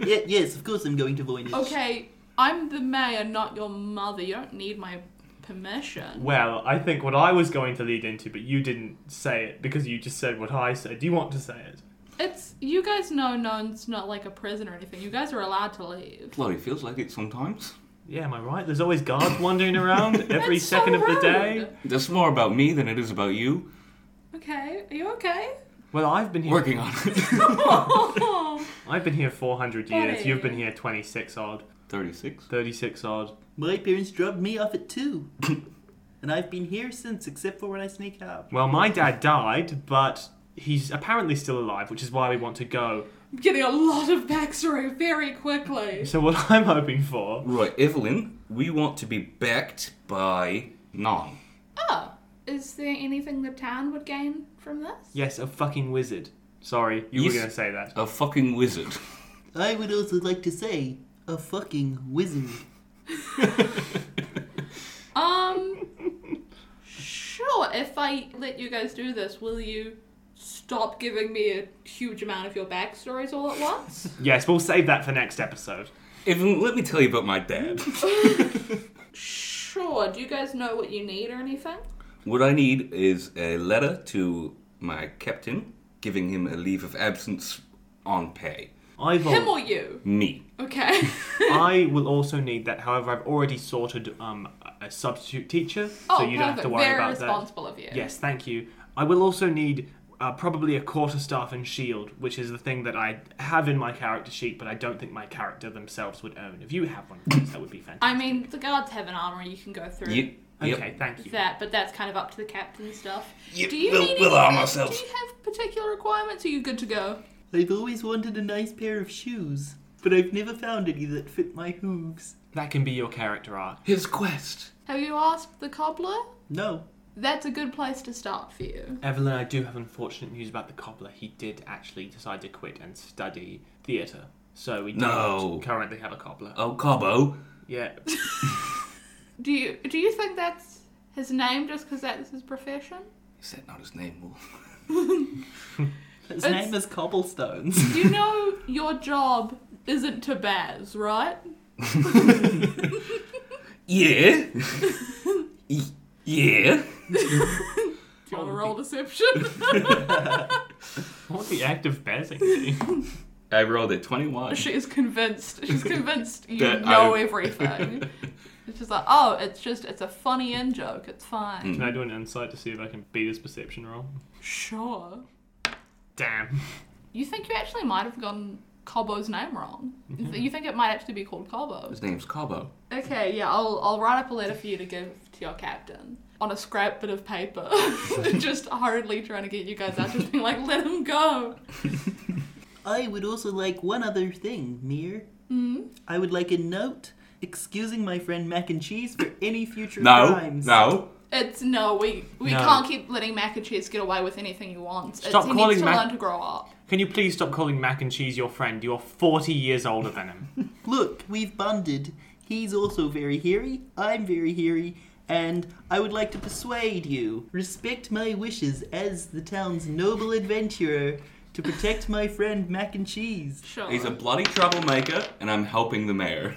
A: Yeah, yes, of course I'm going to Voynich.
D: okay. I'm the mayor, not your mother. You don't need my permission.
E: Well, I think what I was going to lead into, but you didn't say it because you just said what I said. Do you want to say it?
D: It's you guys know. No, it's not like a prison or anything. You guys are allowed to leave.
C: Bloody feels like it sometimes.
E: Yeah, am I right? There's always guards wandering
D: [laughs]
E: around every
D: That's so
E: second of the
D: rude.
E: day.
C: That's more about me than it is about you.
D: Okay. Are you okay?
E: Well, I've been here.
C: Working on it. [laughs]
D: Oh.
E: I've been here 400 years.
D: Buddy.
E: You've been here 26 odd,
C: 36.
E: 36 odd.
A: My parents dropped me off at two. [coughs] and I've been here since, except for when I sneak out.
E: Well, my dad died, but he's apparently still alive, which is why we want to go.
D: I'm getting a lot of backstory very quickly.
E: So what [laughs] I'm hoping for,
C: Right, Evelyn, we want to be backed by Nong.
D: Oh, is there anything the town would gain from this?
E: yes, a fucking wizard. Sorry, you
C: Yes.
E: were going to say that.
C: A fucking wizard.
A: I would also like to say, a fucking wizard.
D: Um, sure. If I let you guys do this, will you stop giving me a huge amount of your backstories all at once?
E: Yes, we'll save that for next episode.
C: Evelyn, let me tell you about my dad.
D: sure. Do you guys know what you need or anything?
C: what I need is a letter to my captain giving him a leave of absence on pay.
E: I've al-
D: Him or you?
C: Me.
E: [laughs]
D: Okay. [laughs]
E: I will also need that. However, I've already sorted um, a substitute teacher,
D: oh,
E: so you
D: perfect.
E: don't have to worry
D: Very
E: about that.
D: responsible of you.
E: Yes, thank you. I will also need uh, probably a quarterstaff and shield, which is the thing that I have in my character sheet, but I don't think my character themselves would own. If you have one, of those, that would be fantastic.
D: I mean, the guards have an armory you can go through.
C: Yep. yep.
E: Okay, thank you.
D: That, but that's kind of up to the captain stuff.
C: Yep,
D: Do you
C: we'll-
D: need
C: we'll arm
D: anything?
C: ourselves.
D: Do you have particular requirements? Are you good to go?
A: I've always wanted a nice pair of shoes, but I've never found any that fit my hooves.
E: That can be your character arc.
C: His quest.
D: Have you asked the cobbler?
A: No.
D: That's a good place to start for you.
E: Evelyn, I do have unfortunate news about the cobbler. He did actually decide to quit and study theatre, so we do
C: No.
E: not currently have a cobbler.
C: Oh, Cobbo.
E: Yeah. [laughs]
D: Do you do you think that's his name just because that's his profession?
C: Is that not his name, Wolf?
A: His
D: It's-
A: name is Cobblestones.
D: You
E: [laughs]
D: know your job isn't to Baz, right?
B: [laughs]
C: Yeah. Y- yeah.
D: Do you want to roll deception?
E: [laughs]
B: What the act of betting? be?
C: I rolled a 21.
D: [laughs] she is convinced. She's convinced you
C: That
D: know
C: I-
D: everything. It's just like, oh, it's just, it's a funny in joke. It's
E: Hmm.
D: fine.
B: Can I do an insight to see if I can beat his perception roll?
D: Sure.
B: Damn.
D: You think you actually might have gotten Cobo's name wrong. You think it might actually be called Cobo.
C: His name's Cabo.
D: Okay, yeah, I'll, I'll write up a letter for you to give to your captain on a scrap bit of paper. [laughs] just hurriedly trying to get you guys out, just being like, let him go.
A: I would also like one other thing, Mir. I would like a note excusing my friend Mac and Cheese for any future
C: No.
A: crimes.
C: No.
D: It's no, we we
B: No.
D: can't keep letting Mac and Cheese get away with anything he wants.
B: Stop
D: it's, he
B: calling
D: needs to
B: Mac-
D: learn to grow up.
B: Can you please stop calling Mac and Cheese your friend? You're 40 years older than him.
A: Look, we've bonded. He's also very hairy. I'm very hairy. And I would like to persuade you, respect my wishes as the town's noble adventurer, to protect my friend Mac and Cheese.
D: Sure.
C: He's a bloody troublemaker, and I'm helping the mayor.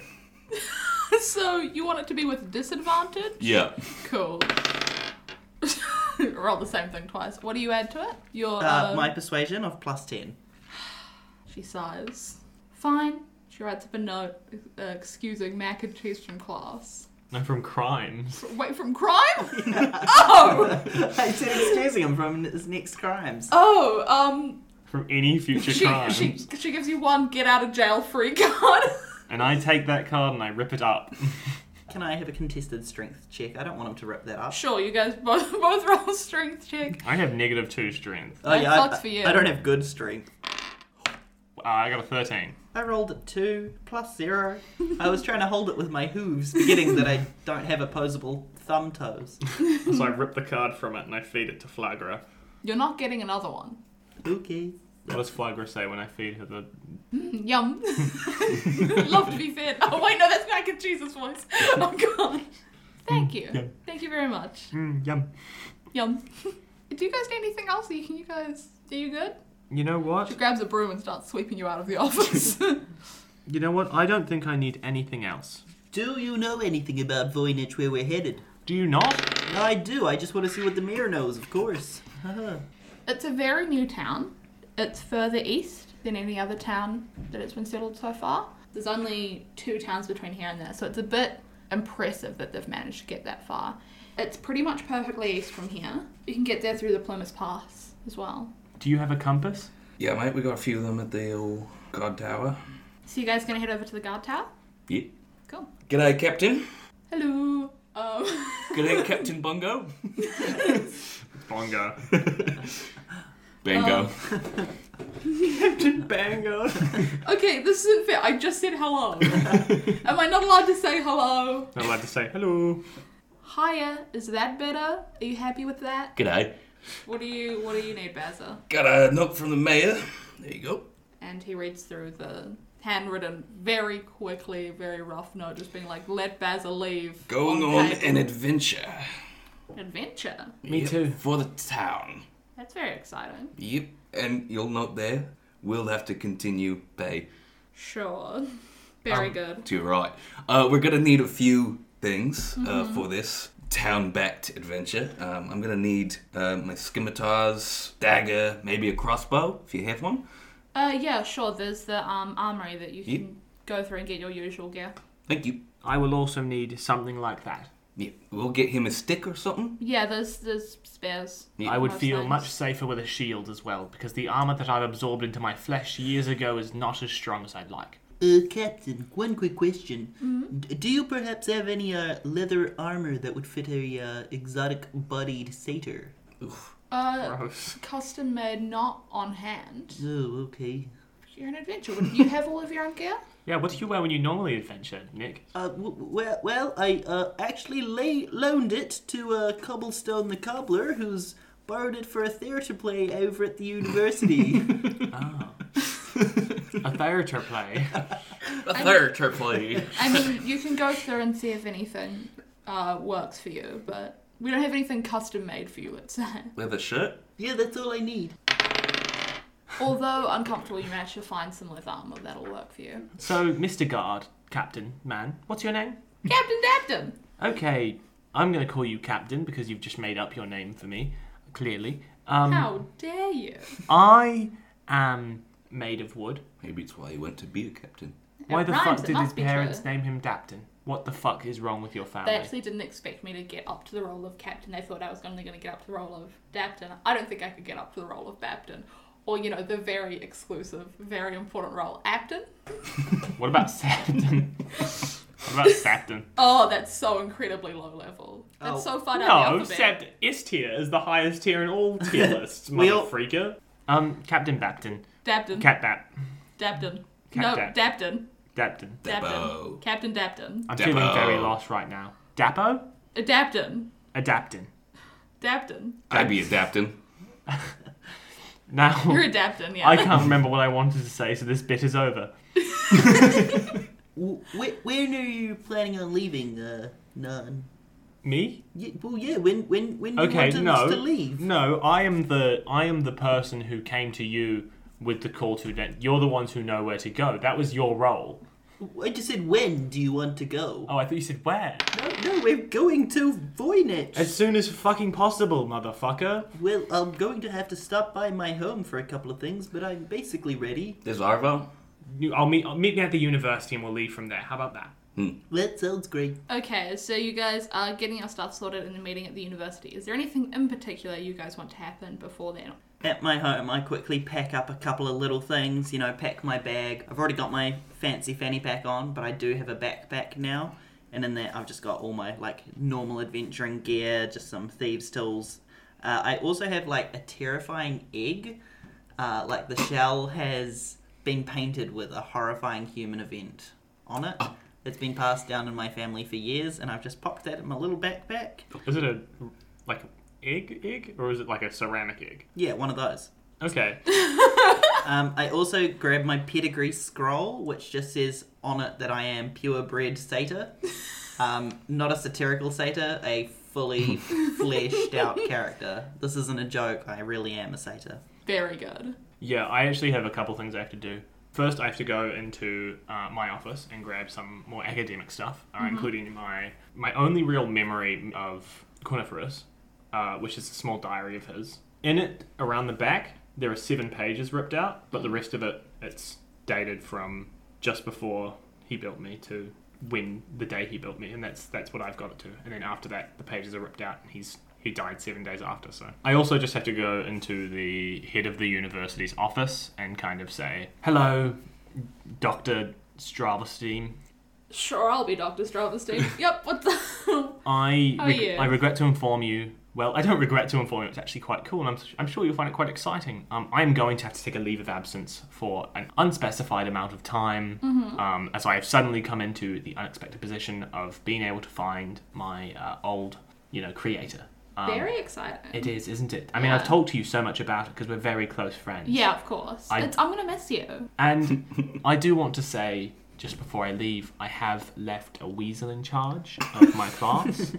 D: [laughs] so you want it to be with disadvantage?
C: Yeah.
D: Cool. [laughs] Roll the same thing twice. What do you add to it? Your
A: Uh,
D: uh,
A: my persuasion of plus 10.
D: She sighs. Fine. She writes up a note uh, excusing mac and cheese from class.
B: [laughs] I'm from crimes.
D: Wait, from crime? oh!
A: [laughs] I said excusing him from his next crimes.
D: Oh, um.
B: From any future
D: She,
B: crimes.
D: she, she gives you one get out of jail free [laughs] card.
B: And I take that card and I rip it up.
A: Can I have a contested strength check? I don't want him to rip that up.
D: sure, you guys both, [laughs] both roll strength check.
B: I have negative two strength.
A: Oh,
D: That
A: yeah, I-
D: sucks for you.
A: I don't have good strength.
B: Uh, I got a 13.
A: I rolled a two plus zero. I was trying to hold it with my hooves, forgetting that I don't have opposable thumb toes.
E: So I rip the card from it and I feed it to Flagra.
D: You're not getting another one.
A: Okay.
B: What does Flagra say when I feed her the.
D: [laughs] Yum. Love to be fed. [laughs] Oh, wait, no, that's mac and cheese's voice. [laughs] Oh, God. Thank you.
B: yum.
D: Thank you very much.
B: Mm, yum.
D: Yum. [laughs] Do you guys need anything else? Are you, can you guys. Are you good?
B: You know
D: She
B: what?
D: grabs a broom and starts sweeping you out of the [laughs] office.
B: You know what? I don't think I need anything else.
A: Do you know anything about Voynich where we're headed?
B: Do you not?
A: I do. I just want to see what the mayor knows, of course. Haha.
D: it's a very new town. It's further east than any other town that it's been settled so far. There's only two towns between here and there, so it's a bit impressive that they've managed to get that far. It's pretty much perfectly east from here. You can get there through the Plymouth Pass as well.
B: Do you have a compass?
C: Yeah, mate, we got a few of them at the old guard tower.
D: So you guys gonna head over to the guard tower?
C: Yeah.
D: Cool.
C: G'day, Captain.
D: Hello. Um,
C: G'day, [laughs] Captain Bungo.
E: Bongo.
C: Bingo.
B: Oh.
E: Bango.
D: [laughs] okay, this isn't fair. I just said
C: [laughs]
D: hello. Am I not allowed to say hello?
E: Not allowed to say hello.
D: Hiya. Is that better? Are you happy with that?
C: G'day.
D: What do you What do you need, Bazza?
C: Got a note from the mayor. There you go.
D: And he reads through the handwritten, very quickly, very rough note, just being like, "Let Bazza leave."
C: Going on
D: paper."
C: an adventure.
D: adventure.
B: Me
C: Yep,
B: too.
C: For the town.
D: That's very exciting.
C: Yep. And you'll note there, we'll have to continue pay
D: Sure. Very
C: Um,
D: good.
C: to your right. Uh, we're going to need a few things uh, for this town backed adventure. Um, I'm going to need uh, my scimitars, dagger, maybe a crossbow if you have one.
D: Uh, yeah, sure. There's the um armory that you can
C: Yep.
D: go through and get your usual gear.
C: Thank you.
B: I will also need something like that.
C: Yeah, we'll get him a stick or something.
D: Yeah, there's there's spares.
C: Yeah.
B: I would
D: Most
B: feel
D: things.
B: much safer with a shield as well, because the armor that I've absorbed into my flesh years ago is not as strong as I'd like.
A: Uh, Captain, one quick question.
D: Mm-hmm.
A: D- do you perhaps have any uh, leather armor that would fit a uh, exotic bodied satyr?
D: Uh,
B: Gross.
D: custom made, not on hand.
A: Oh, okay.
D: You're an adventure. Would you have all of your own gear?
B: Yeah, what do you wear when you normally adventure, Nick?
A: Uh, w- w- well, well, I uh, actually lay- loaned it to uh, Cobblestone the Cobbler, who's borrowed it for a theatre play over at the university.
E: [laughs]
B: Ah. a theatre play.
C: A third [laughs] triply.
D: I mean, you can go through and see if anything uh, works for you, but we don't have anything custom made for you, let's say.
C: Leather shirt.
A: yeah, that's all I need.
D: [laughs] Although uncomfortable, you manage to find some leather armor that'll work for you.
B: So, Mr. Guard, Captain, man, what's your name?
D: Captain Dapton!
B: Okay,
E: I'm going to call you Captain because you've just made up your name for me, clearly. Um,
D: How dare you?
E: I am made of wood.
C: Maybe it's why he went to be a captain.
E: Why
D: It
E: the
D: rhymes,
E: fuck
D: it
E: did his
D: must be
E: parents
D: true.
E: name him Dapton? What the fuck is wrong with your family?
D: They actually didn't expect me to get up to the role of captain. They thought I was only going to get up to the role of Dapton. I don't think I could get up to the role of Bapton. Or, you know, the very exclusive, very important role, Apton.
E: What about Sapton?
D: [laughs]
E: what about Sapton?
D: Oh, that's so incredibly low level. That's
A: Oh.
D: so far down the
H: No,
D: alphabet.
H: except S tier is the highest tier in all
A: [laughs]
H: tier lists,
A: We all-
H: motherfreaker.
E: Um, Captain Bapton.
D: Dapton.
H: Cat Bap.
D: Dapton.
H: Cap
D: no,
H: Dap.
D: Dapton.
H: Dapton.
D: Dapton.
C: Dappo.
D: Captain Uh, Dapton.
E: I'm
C: Dappo.
E: feeling very lost right now. Dapo?
D: Adapton.
E: Adaptin.
D: Dapton.
C: I'd be adapting.
E: Now,
D: You're a Dapton,
E: [laughs]
D: yeah.
E: I can't remember what I wanted to say, so this bit is over.
A: W- Where, when are you planning on leaving, uh, Nun?
E: Me?
A: Yeah, well, yeah. When when when do you
E: Okay,
A: want
E: no.
A: us to leave?
E: No, I am the I am the person who came to you with the call to adventure. You're the ones who know where to go. That was your role.
A: I just said when do you want to go?
E: Oh, I thought you said where.
A: No, no, we're going to Voynich.
E: As soon as fucking possible, motherfucker.
A: Well, I'm going to have to stop by my home for a couple of things, but I'm basically ready.
C: There's Arvo. [laughs]
E: You- I'll meet I'll meet me at the university and we'll leave from there. How about that?
A: That sounds great.
D: Okay, so you guys are getting your stuff sorted and the meeting at the university. Is there anything in particular you guys want to happen before then?
A: At my home, I quickly pack up a couple of little things, you know, pack my bag. I've already got my fancy fanny pack on, but I do have a backpack now. And in that, I've just got all my, like, normal adventuring gear, just some thieves' tools. Uh, I also have, like, a terrifying egg. Uh, like, the shell has been painted with a horrifying human event on it. It's been passed down in my family for years, and I've just popped that in my little backpack.
H: Is it a like egg egg or is it like a ceramic egg?
A: Yeah, one of those.
H: Okay.
A: Um, I also grabbed my pedigree scroll, which just says on it that I am purebred satyr. Um, not a satirical satyr, a [laughs] fully fleshed out character. This isn't a joke, I really am a satyr.
D: Very good.
H: Yeah, I actually have a couple things I have to do. First, I have to go into uh, my office and grab some more academic stuff, uh, including my my only real memory of Coniferous, uh, which is a small diary of his. In it, around the back, there are seven pages ripped out, but the rest of it, it's dated from just before he built me to when the day he built me, and that's that's what I've got it to. And then after that, the pages are ripped out, and he's he died seven days after. So I also just have to go into the head of the university's office and kind of say, "Hello, Doctor Stravelstein.
D: Sure, I'll be Dr. Stravenstein. [laughs] yep, what the?
E: I
D: How are
E: reg-
D: you?"
E: I regret to inform you. Well, I don't regret to inform you. It's actually quite cool, and I'm, I'm sure you'll find it quite exciting. Um, I'm going to have to take a leave of absence for an unspecified amount of time,
D: Mm-hmm.
E: um, as I have suddenly come into the unexpected position of being able to find my uh, old, you know, creator. Um,
D: Very exciting.
E: It is, isn't it? I mean, I've
D: Yeah.
E: talked to you so much about it because we're very close friends.
D: Yeah, of course.
E: I-
D: It's, I'm gonna miss you. [laughs]
E: And I do want to say, just before I leave, I have left a weasel in charge of
D: [laughs]
E: my class.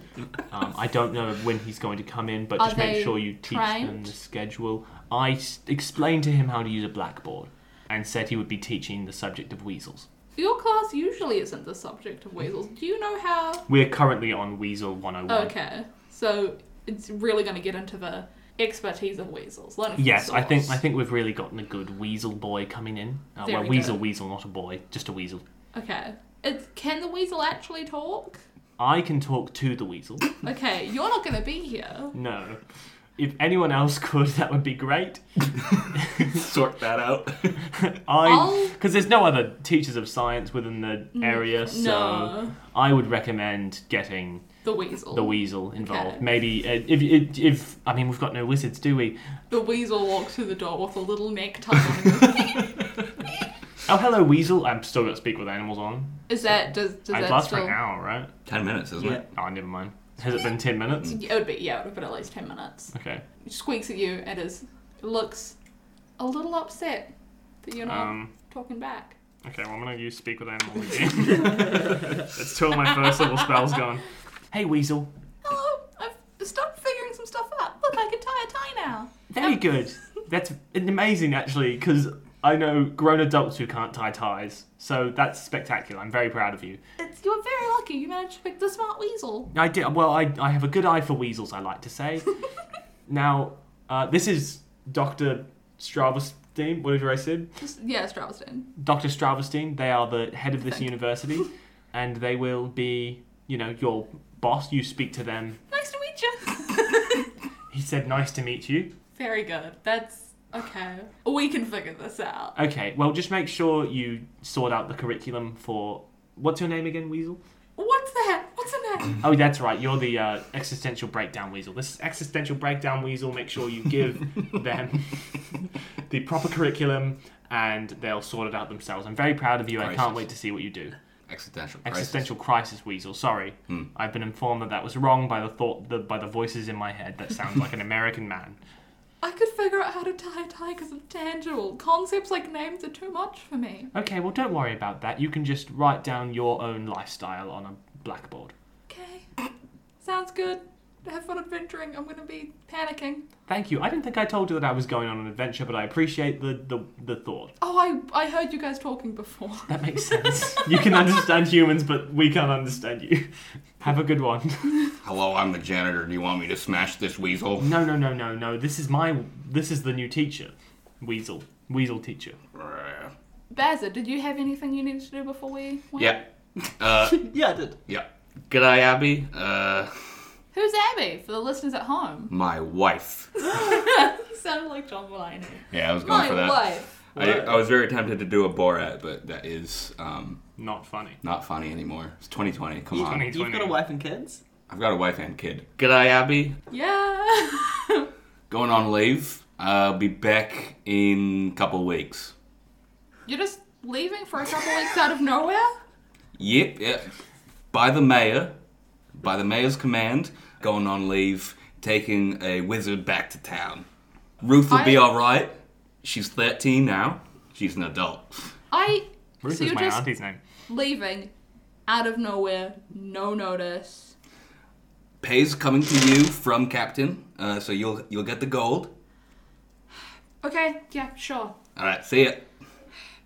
E: um, I don't know when he's going to come in, but
D: Are
E: just
D: they
E: make sure you teach them
D: trained?
E: the schedule. I s- explained to him how to use a blackboard and said he would be teaching the subject of weasels.
D: Your class usually isn't the subject of weasels. Do you know how?
E: We're currently on Weasel 101.
D: Okay, so it's really gonna get into the expertise of weasels. Learning from
E: Yes, I think I
D: source.
E: think we've really gotten a good weasel boy coming in. Uh,
D: There
E: well,
D: we
E: weasel,
D: go.
E: weasel, not a boy, just a weasel.
D: Okay, it's, can the weasel actually talk?
E: I can talk to the weasel.
D: Okay, you're not gonna be here.
E: No. If anyone else [laughs] could, that would be great.
C: Sort that [laughs] out.
E: I
D: I'll- Mm,
E: because there's no other teachers of science within the area, [laughs] so
D: no.
E: I would recommend getting
D: The weasel.
E: the weasel involved.
D: Okay.
E: Maybe uh, if, if if I mean we've got no wizards, do we?
D: The weasel walks through the door with a little neck tucked on. and
E: [laughs]
D: goes,
E: Oh, hello, weasel. I'm still got to speak with animals on.
D: Is that does does
E: It
D: that
E: lasts
D: still?
E: for an hour, right?
C: Ten minutes, isn't it?
E: Oh, never mind. Has it been ten minutes?
D: It would be yeah, it would have been at least ten minutes.
E: Okay.
D: Squeaks at you and is looks a little upset that you're not
H: Um,
D: talking back.
H: okay, well I'm gonna use speak with animal again.
E: [laughs]
H: That's two of my first level spells gone.
E: Hey, weasel.
D: Hello, I've stopped figuring some stuff out. Look, I can tie a tie now.
E: Very good. That's amazing, actually, because I know grown adults who can't tie ties, so that's spectacular. I'm very proud of you.
D: It's, you're very lucky you managed to pick the smart weasel.
E: I did well. I I have a good eye for weasels. I like to say. now, uh, this is Doctor Stravestein. Whatever I said,
D: Just, yeah, it's Stravestein.
E: Doctor Stravestein. They are the head of this university, and they will be, you know, your boss. You speak to them.
D: Nice to meet you.
E: He said, "Nice to meet you."
D: [laughs] very good. That's okay. We can figure this out.
E: Okay, well, just make sure you sort out the curriculum for what's your name again, Weasel?
D: What's that? What's the name?
E: Oh, that's right. You're the uh, existential breakdown weasel. This is existential breakdown weasel. Make sure you
C: [laughs]
E: give them the proper curriculum, and they'll sort it out themselves. I'm very proud of you. I can't
C: Crisis.
E: wait to see what you do.
C: Existential crisis. Hmm.
E: Existential crisis weasel. Sorry, I've been informed that that was wrong by the thought, the, by the voices in my head. That sounds
C: [laughs]
E: like an American man.
D: I could figure out how to tie a tie because I'm tangible. Concepts like names are too much for me.
E: Okay, well, don't worry about that. You can just write down your own lifestyle on a blackboard.
D: Okay. Sounds good. Have fun adventuring. I'm gonna be panicking.
E: Thank you. I didn't think I told you that I was going on an adventure, but I appreciate the, the, the thought.
D: Oh, I I heard you guys talking before. [laughs]
E: That makes sense. [laughs] you can understand humans, but we can't understand you. Have a good one.
C: Hello, I'm the janitor. Do you want me to smash this weasel?
E: [laughs] No, no, no, no, no. This is my. This is the new teacher, Weasel. Weasel teacher.
D: Bazza, did you have anything you needed to do before we went?
C: Yeah. Uh,
A: [laughs] yeah, I did.
C: yeah. Good eye, Abby. Uh,
D: Who's Abby for the listeners at home?
C: my wife.
D: You sounded like John Mulaney.
C: Yeah, I was going
D: My
C: for that.
D: wife.
C: I, I was very tempted to do a Borat, but that is um,
E: Not funny.
C: not funny anymore. It's 2020. Come
A: You-
C: on.
A: You've got a wife and kids.
C: I've got a wife and kid. Good eye, Abby.
D: Yeah. [laughs]
C: Going on leave. I'll be back in a couple weeks.
D: You're just leaving for a couple weeks out of nowhere?
C: Yep, yep. By the mayor, by the mayor's command, going on leave, taking a wizard back to town. Ruth will be
D: I-
C: all right. She's 13 now. She's an adult.
D: I.
E: Ruth
D: so
E: is
D: you're
E: my
D: just
E: auntie's name.
D: leaving out of nowhere, no notice.
C: Pay's coming to you from Captain, uh, so you'll you'll get the gold.
D: Okay, yeah, sure.
C: All right, see ya.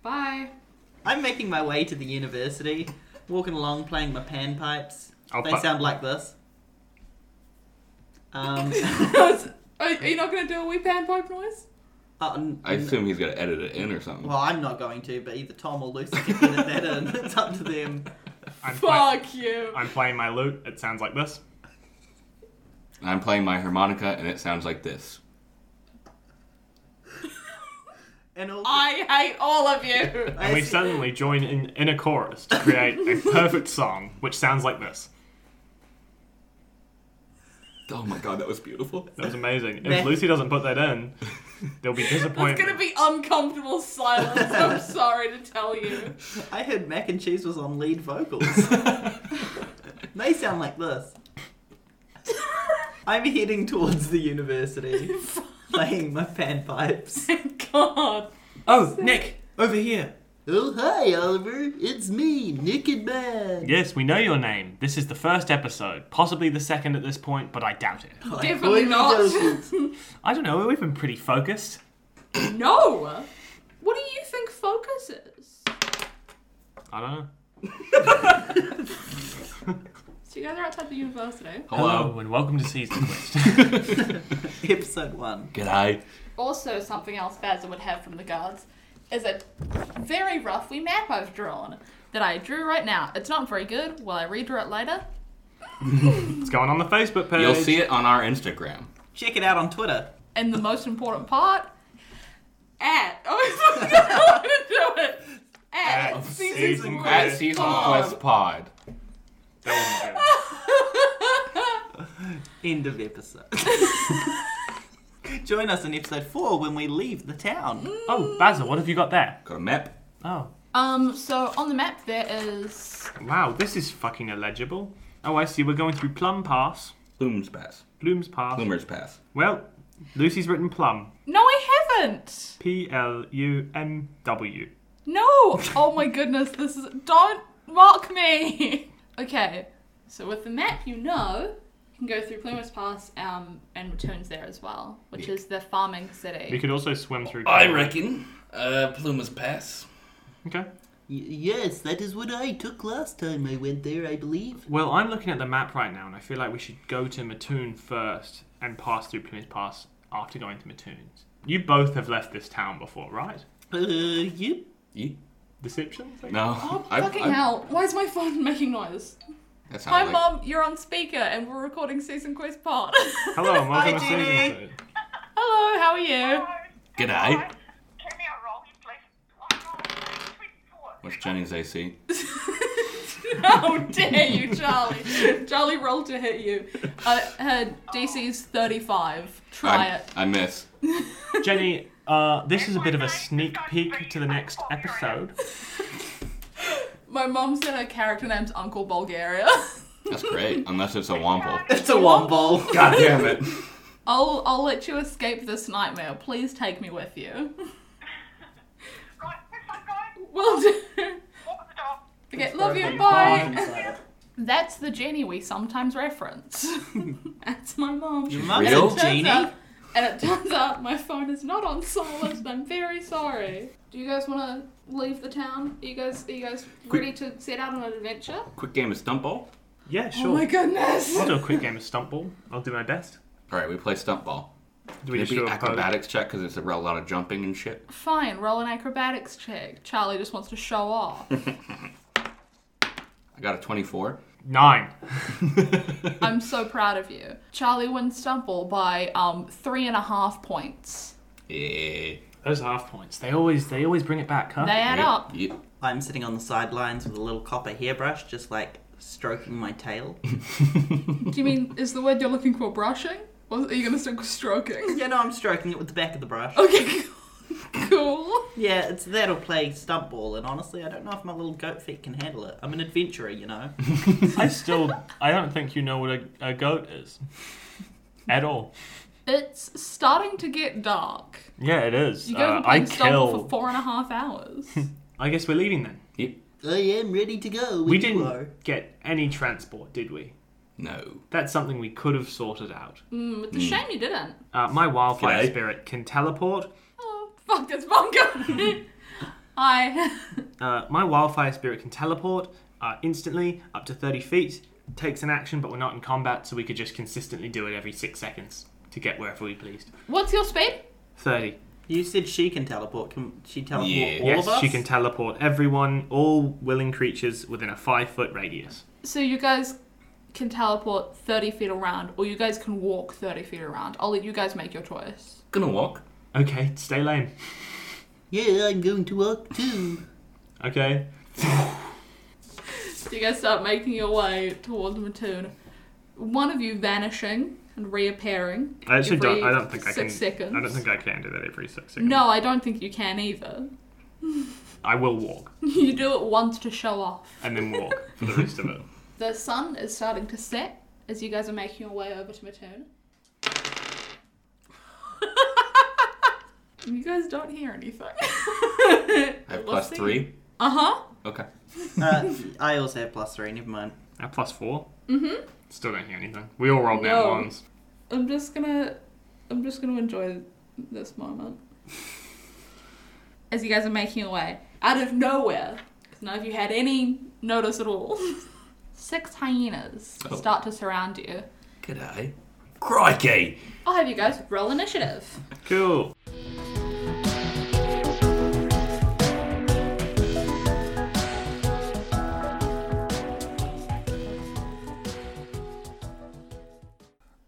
D: Bye. [laughs]
A: I'm making my way to the university, walking along playing my panpipes.
E: I'll
A: they
E: pu-
A: sound like this. Um, [laughs]
D: Are are you not gonna do a wee panpipe noise?
A: oh, n-
C: I assume he's gonna edit it in or something.
A: well, I'm not going to, but either Tom or Lucy can edit that in. [laughs] It's up to them.
E: I'm, play-
D: Fuck you.
E: I'm playing my lute. It sounds like this.
C: I'm playing my harmonica, and it sounds like this.
A: And also,
D: I hate all of you.
A: I
E: And we
A: see-
E: suddenly join in, in a chorus to create
D: [laughs]
E: a perfect song, which sounds like this.
C: Oh my god, that was beautiful.
E: That was amazing.
A: Meh.
E: If Lucy doesn't put that in, there'll be disappointment.
D: It's gonna be uncomfortable silence, I'm sorry to tell you.
A: I heard Mac and Cheese was on lead vocals. [laughs] they sound like this. I'm heading towards the university,
D: [laughs]
A: playing my panpipes.
D: Thank God.
E: Oh, Nick, over here.
A: Oh, hi, Oliver. It's me, Nick and Mac.
E: Yes, we know your name. This is the first episode, possibly the second at this point, but I doubt it.
A: Like,
D: Definitely
A: oily
D: not.
A: doses.
E: I don't know, we've been pretty focused.
D: [laughs] No! What do you think focus is?
E: I don't know.
D: So you guys are outside the university.
C: Hello.
E: and welcome to Season
C: [laughs]
E: Quest.
A: Episode 1.
C: Good eye.
D: Also, something else Bazza would have from the guards is a very roughly map I've drawn that I drew right now. It's not very good. Will I redraw it later?
E: it's going on the Facebook page.
C: You'll see it on our Instagram.
A: Check it out on Twitter.
D: And the most important part, at. [laughs] Oh, I forgot how to do it. At,
E: At
D: season,
E: season
C: At
D: quest. Oh.
C: Season
D: Pod.
C: Quest Pod.
E: That
A: End of episode. Join us in episode 4 when we leave the town.
E: wasn't good. oh, Basil, what have you got there?
C: Got a map.
E: Oh.
D: Um, so on the map there is.
E: Wow, this is fucking illegible. Oh, I see, we're going through Plum Pass,
C: Plumes Pass.
E: Bloom's Pass.
C: Plumers Pass.
E: Well, Lucy's written Plum.
D: No, I haven't!
E: P L U M W.
D: No! Oh my goodness, this is. Don't mock me! [laughs] okay, so with the map, you know, you can go through Plumas Pass um, and returns there as well, which is the farming
E: We
D: city.
E: could also swim through.
C: I reckon
I: Uh, Pluma's pass.
E: Okay.
A: Y- yes, that is what I took last time I went there, I believe.
E: Well, I'm looking at the map right now, and I feel like we should go to Mattoon first and pass through Plymouth Pass after going to Mattoon's. You both have left this town before, right?
A: Uh, yep.
C: You?
E: Deception?
C: No.
D: Oh,
C: [laughs] I-
D: fucking
C: I-
D: hell. Why is my phone [laughs] making noise?
C: That sounded
D: Hi,
C: like-
D: Mom. You're on speaker and we're recording Season Quest Part. [laughs]
E: Hello, and welcome to
A: Genie.
E: Season Two.
D: Hello, how are [laughs] you?
C: G'day.
J: Turn me a roll, you place. One roll, twenty-four.
C: What's Jenny's AC?
D: How dare Oh, you, Charlie? Charlie rolled to hit you. Uh, her DC is 35. Try
C: I,
D: it.
C: I miss.
E: Jenny, uh, this is a bit of a sneak peek to the next episode.
D: My mom said her character name's Uncle Bulgaria. [laughs]
C: That's great. Unless it's a Wample.
A: It's a womble.
C: God damn it.
D: I'll I'll let you escape this nightmare. Please take me with you. [laughs]
J: Right, this I'm going.
D: Will do.
J: Walk the dog.
D: Okay, love you.
K: Bye.
D: Bye. That's the Jenny we sometimes reference. [laughs] That's my mom.
A: Your mum's
C: Real?
A: a
D: Turns
A: genie.
D: out- and it turns out my phone is not on silent, and I'm very sorry. Do you guys want to leave the town? Are you guys are you guys ready to set out on an adventure?
C: Quick game of stump ball.
E: Yeah,
D: Oh
E: sure.
D: my goodness!
E: I'll do a quick game of Stump Ball. I'll do my best.
C: All right, we play stump ball.
E: Do we just
C: Maybe
E: do a pose?
C: acrobatics check because there's a real lot of jumping and shit.
D: Fine, roll an acrobatics check. Charlie just wants to show off.
C: I got a 24.
E: Nine.
D: I'm so proud of you. Charlie wins Stumble by um three and a half points.
C: Yeah.
E: Those half points. They always they always bring it back, huh?
D: They add
C: Yep,
D: up.
C: yep.
A: I'm sitting on the sidelines with a little copper hairbrush, just like stroking my [laughs] tail.
D: Do you mean is the word you're looking for brushing? Or are you gonna stick with stroking? [laughs]
A: yeah, no, I'm stroking it with the back of the brush.
D: Okay, cool.
A: Yeah, it's that'll play stump ball, and honestly, I don't know if my little goat feet can handle it. I'm an adventurer, you know.
E: I still I don't think you know what a, a goat is. At all.
D: It's starting to get dark.
E: Yeah, it is.
D: You guys
E: Uh,
D: were
E: I
D: playing Stumble
E: kill.
D: for four and a
E: [laughs]
D: half hours. Hmm,
E: I guess we're leaving then.
A: [laughs] I am ready to go.
E: We
A: when you are.
E: didn't get any transport, did we?
C: No.
E: That's something we could have sorted out.
D: Mm,
E: Hmm.
D: it's a shame you didn't.
E: Uh, my wildfire
C: G'day.
E: spirit can teleport.
D: Oh, fuck,
E: [laughs]
D: that's Bongo. I. [laughs]
E: Uh, my wildfire spirit can teleport uh, instantly up to 30 feet. Takes an action, but we're not in combat, so we could just consistently do it every six seconds to get wherever we pleased.
D: What's your speed?
E: 30.
A: You said she can teleport. Can she teleport
C: Yeah.
A: all
E: yes,
A: of us?
E: she can teleport everyone, all willing creatures within a five foot radius.
D: So you guys can teleport 30 feet around, or you guys can walk 30 feet around. I'll let you guys make your choice.
C: Gonna walk.
E: Okay, stay lame.
A: yeah, I'm going to walk too.
E: Okay.
D: So you guys start making your way towards Mattoon. One of you vanishing and reappearing.
E: [laughs] I actually
D: every
E: don't. I don't think I
D: six
E: can.
D: Seconds.
E: I don't think I can do that every six seconds.
D: No, I don't think you can either. [laughs]
E: I will walk
D: You do it once to show off.
E: and then walk for the rest of
D: [laughs]
E: it.
D: The sun is starting to set as you guys are making your way over to Mattoon. [laughs] you guys don't hear anything.
C: I have
D: We'll
C: plus
D: see.
C: three.
D: Uh huh.
C: Okay.
A: [laughs] uh, I also have plus three. Never mind.
E: Now plus four. Mm-hmm. Still don't hear anything. We all rolled
D: No.
E: down ones.
D: I'm just gonna I'm just gonna enjoy this moment. As you guys are making your way, out of nowhere, because none of you had any notice at all, [laughs] six hyenas
C: Oh.
D: start to surround you.
C: G'day. Crikey!
D: I'll have you guys roll initiative.
E: Cool.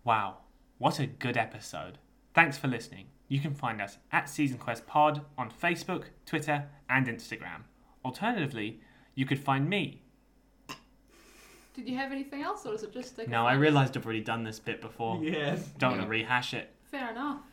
E: Wow, what a good episode. Thanks for listening. You can find us at Season Quest Pod on Facebook, Twitter, and Instagram. Alternatively, you could find me.
D: Did you have anything else, or is it just
E: Now, I realised I've already done this bit before.
A: Yeah.
E: Don't want to rehash it.
D: Fair enough.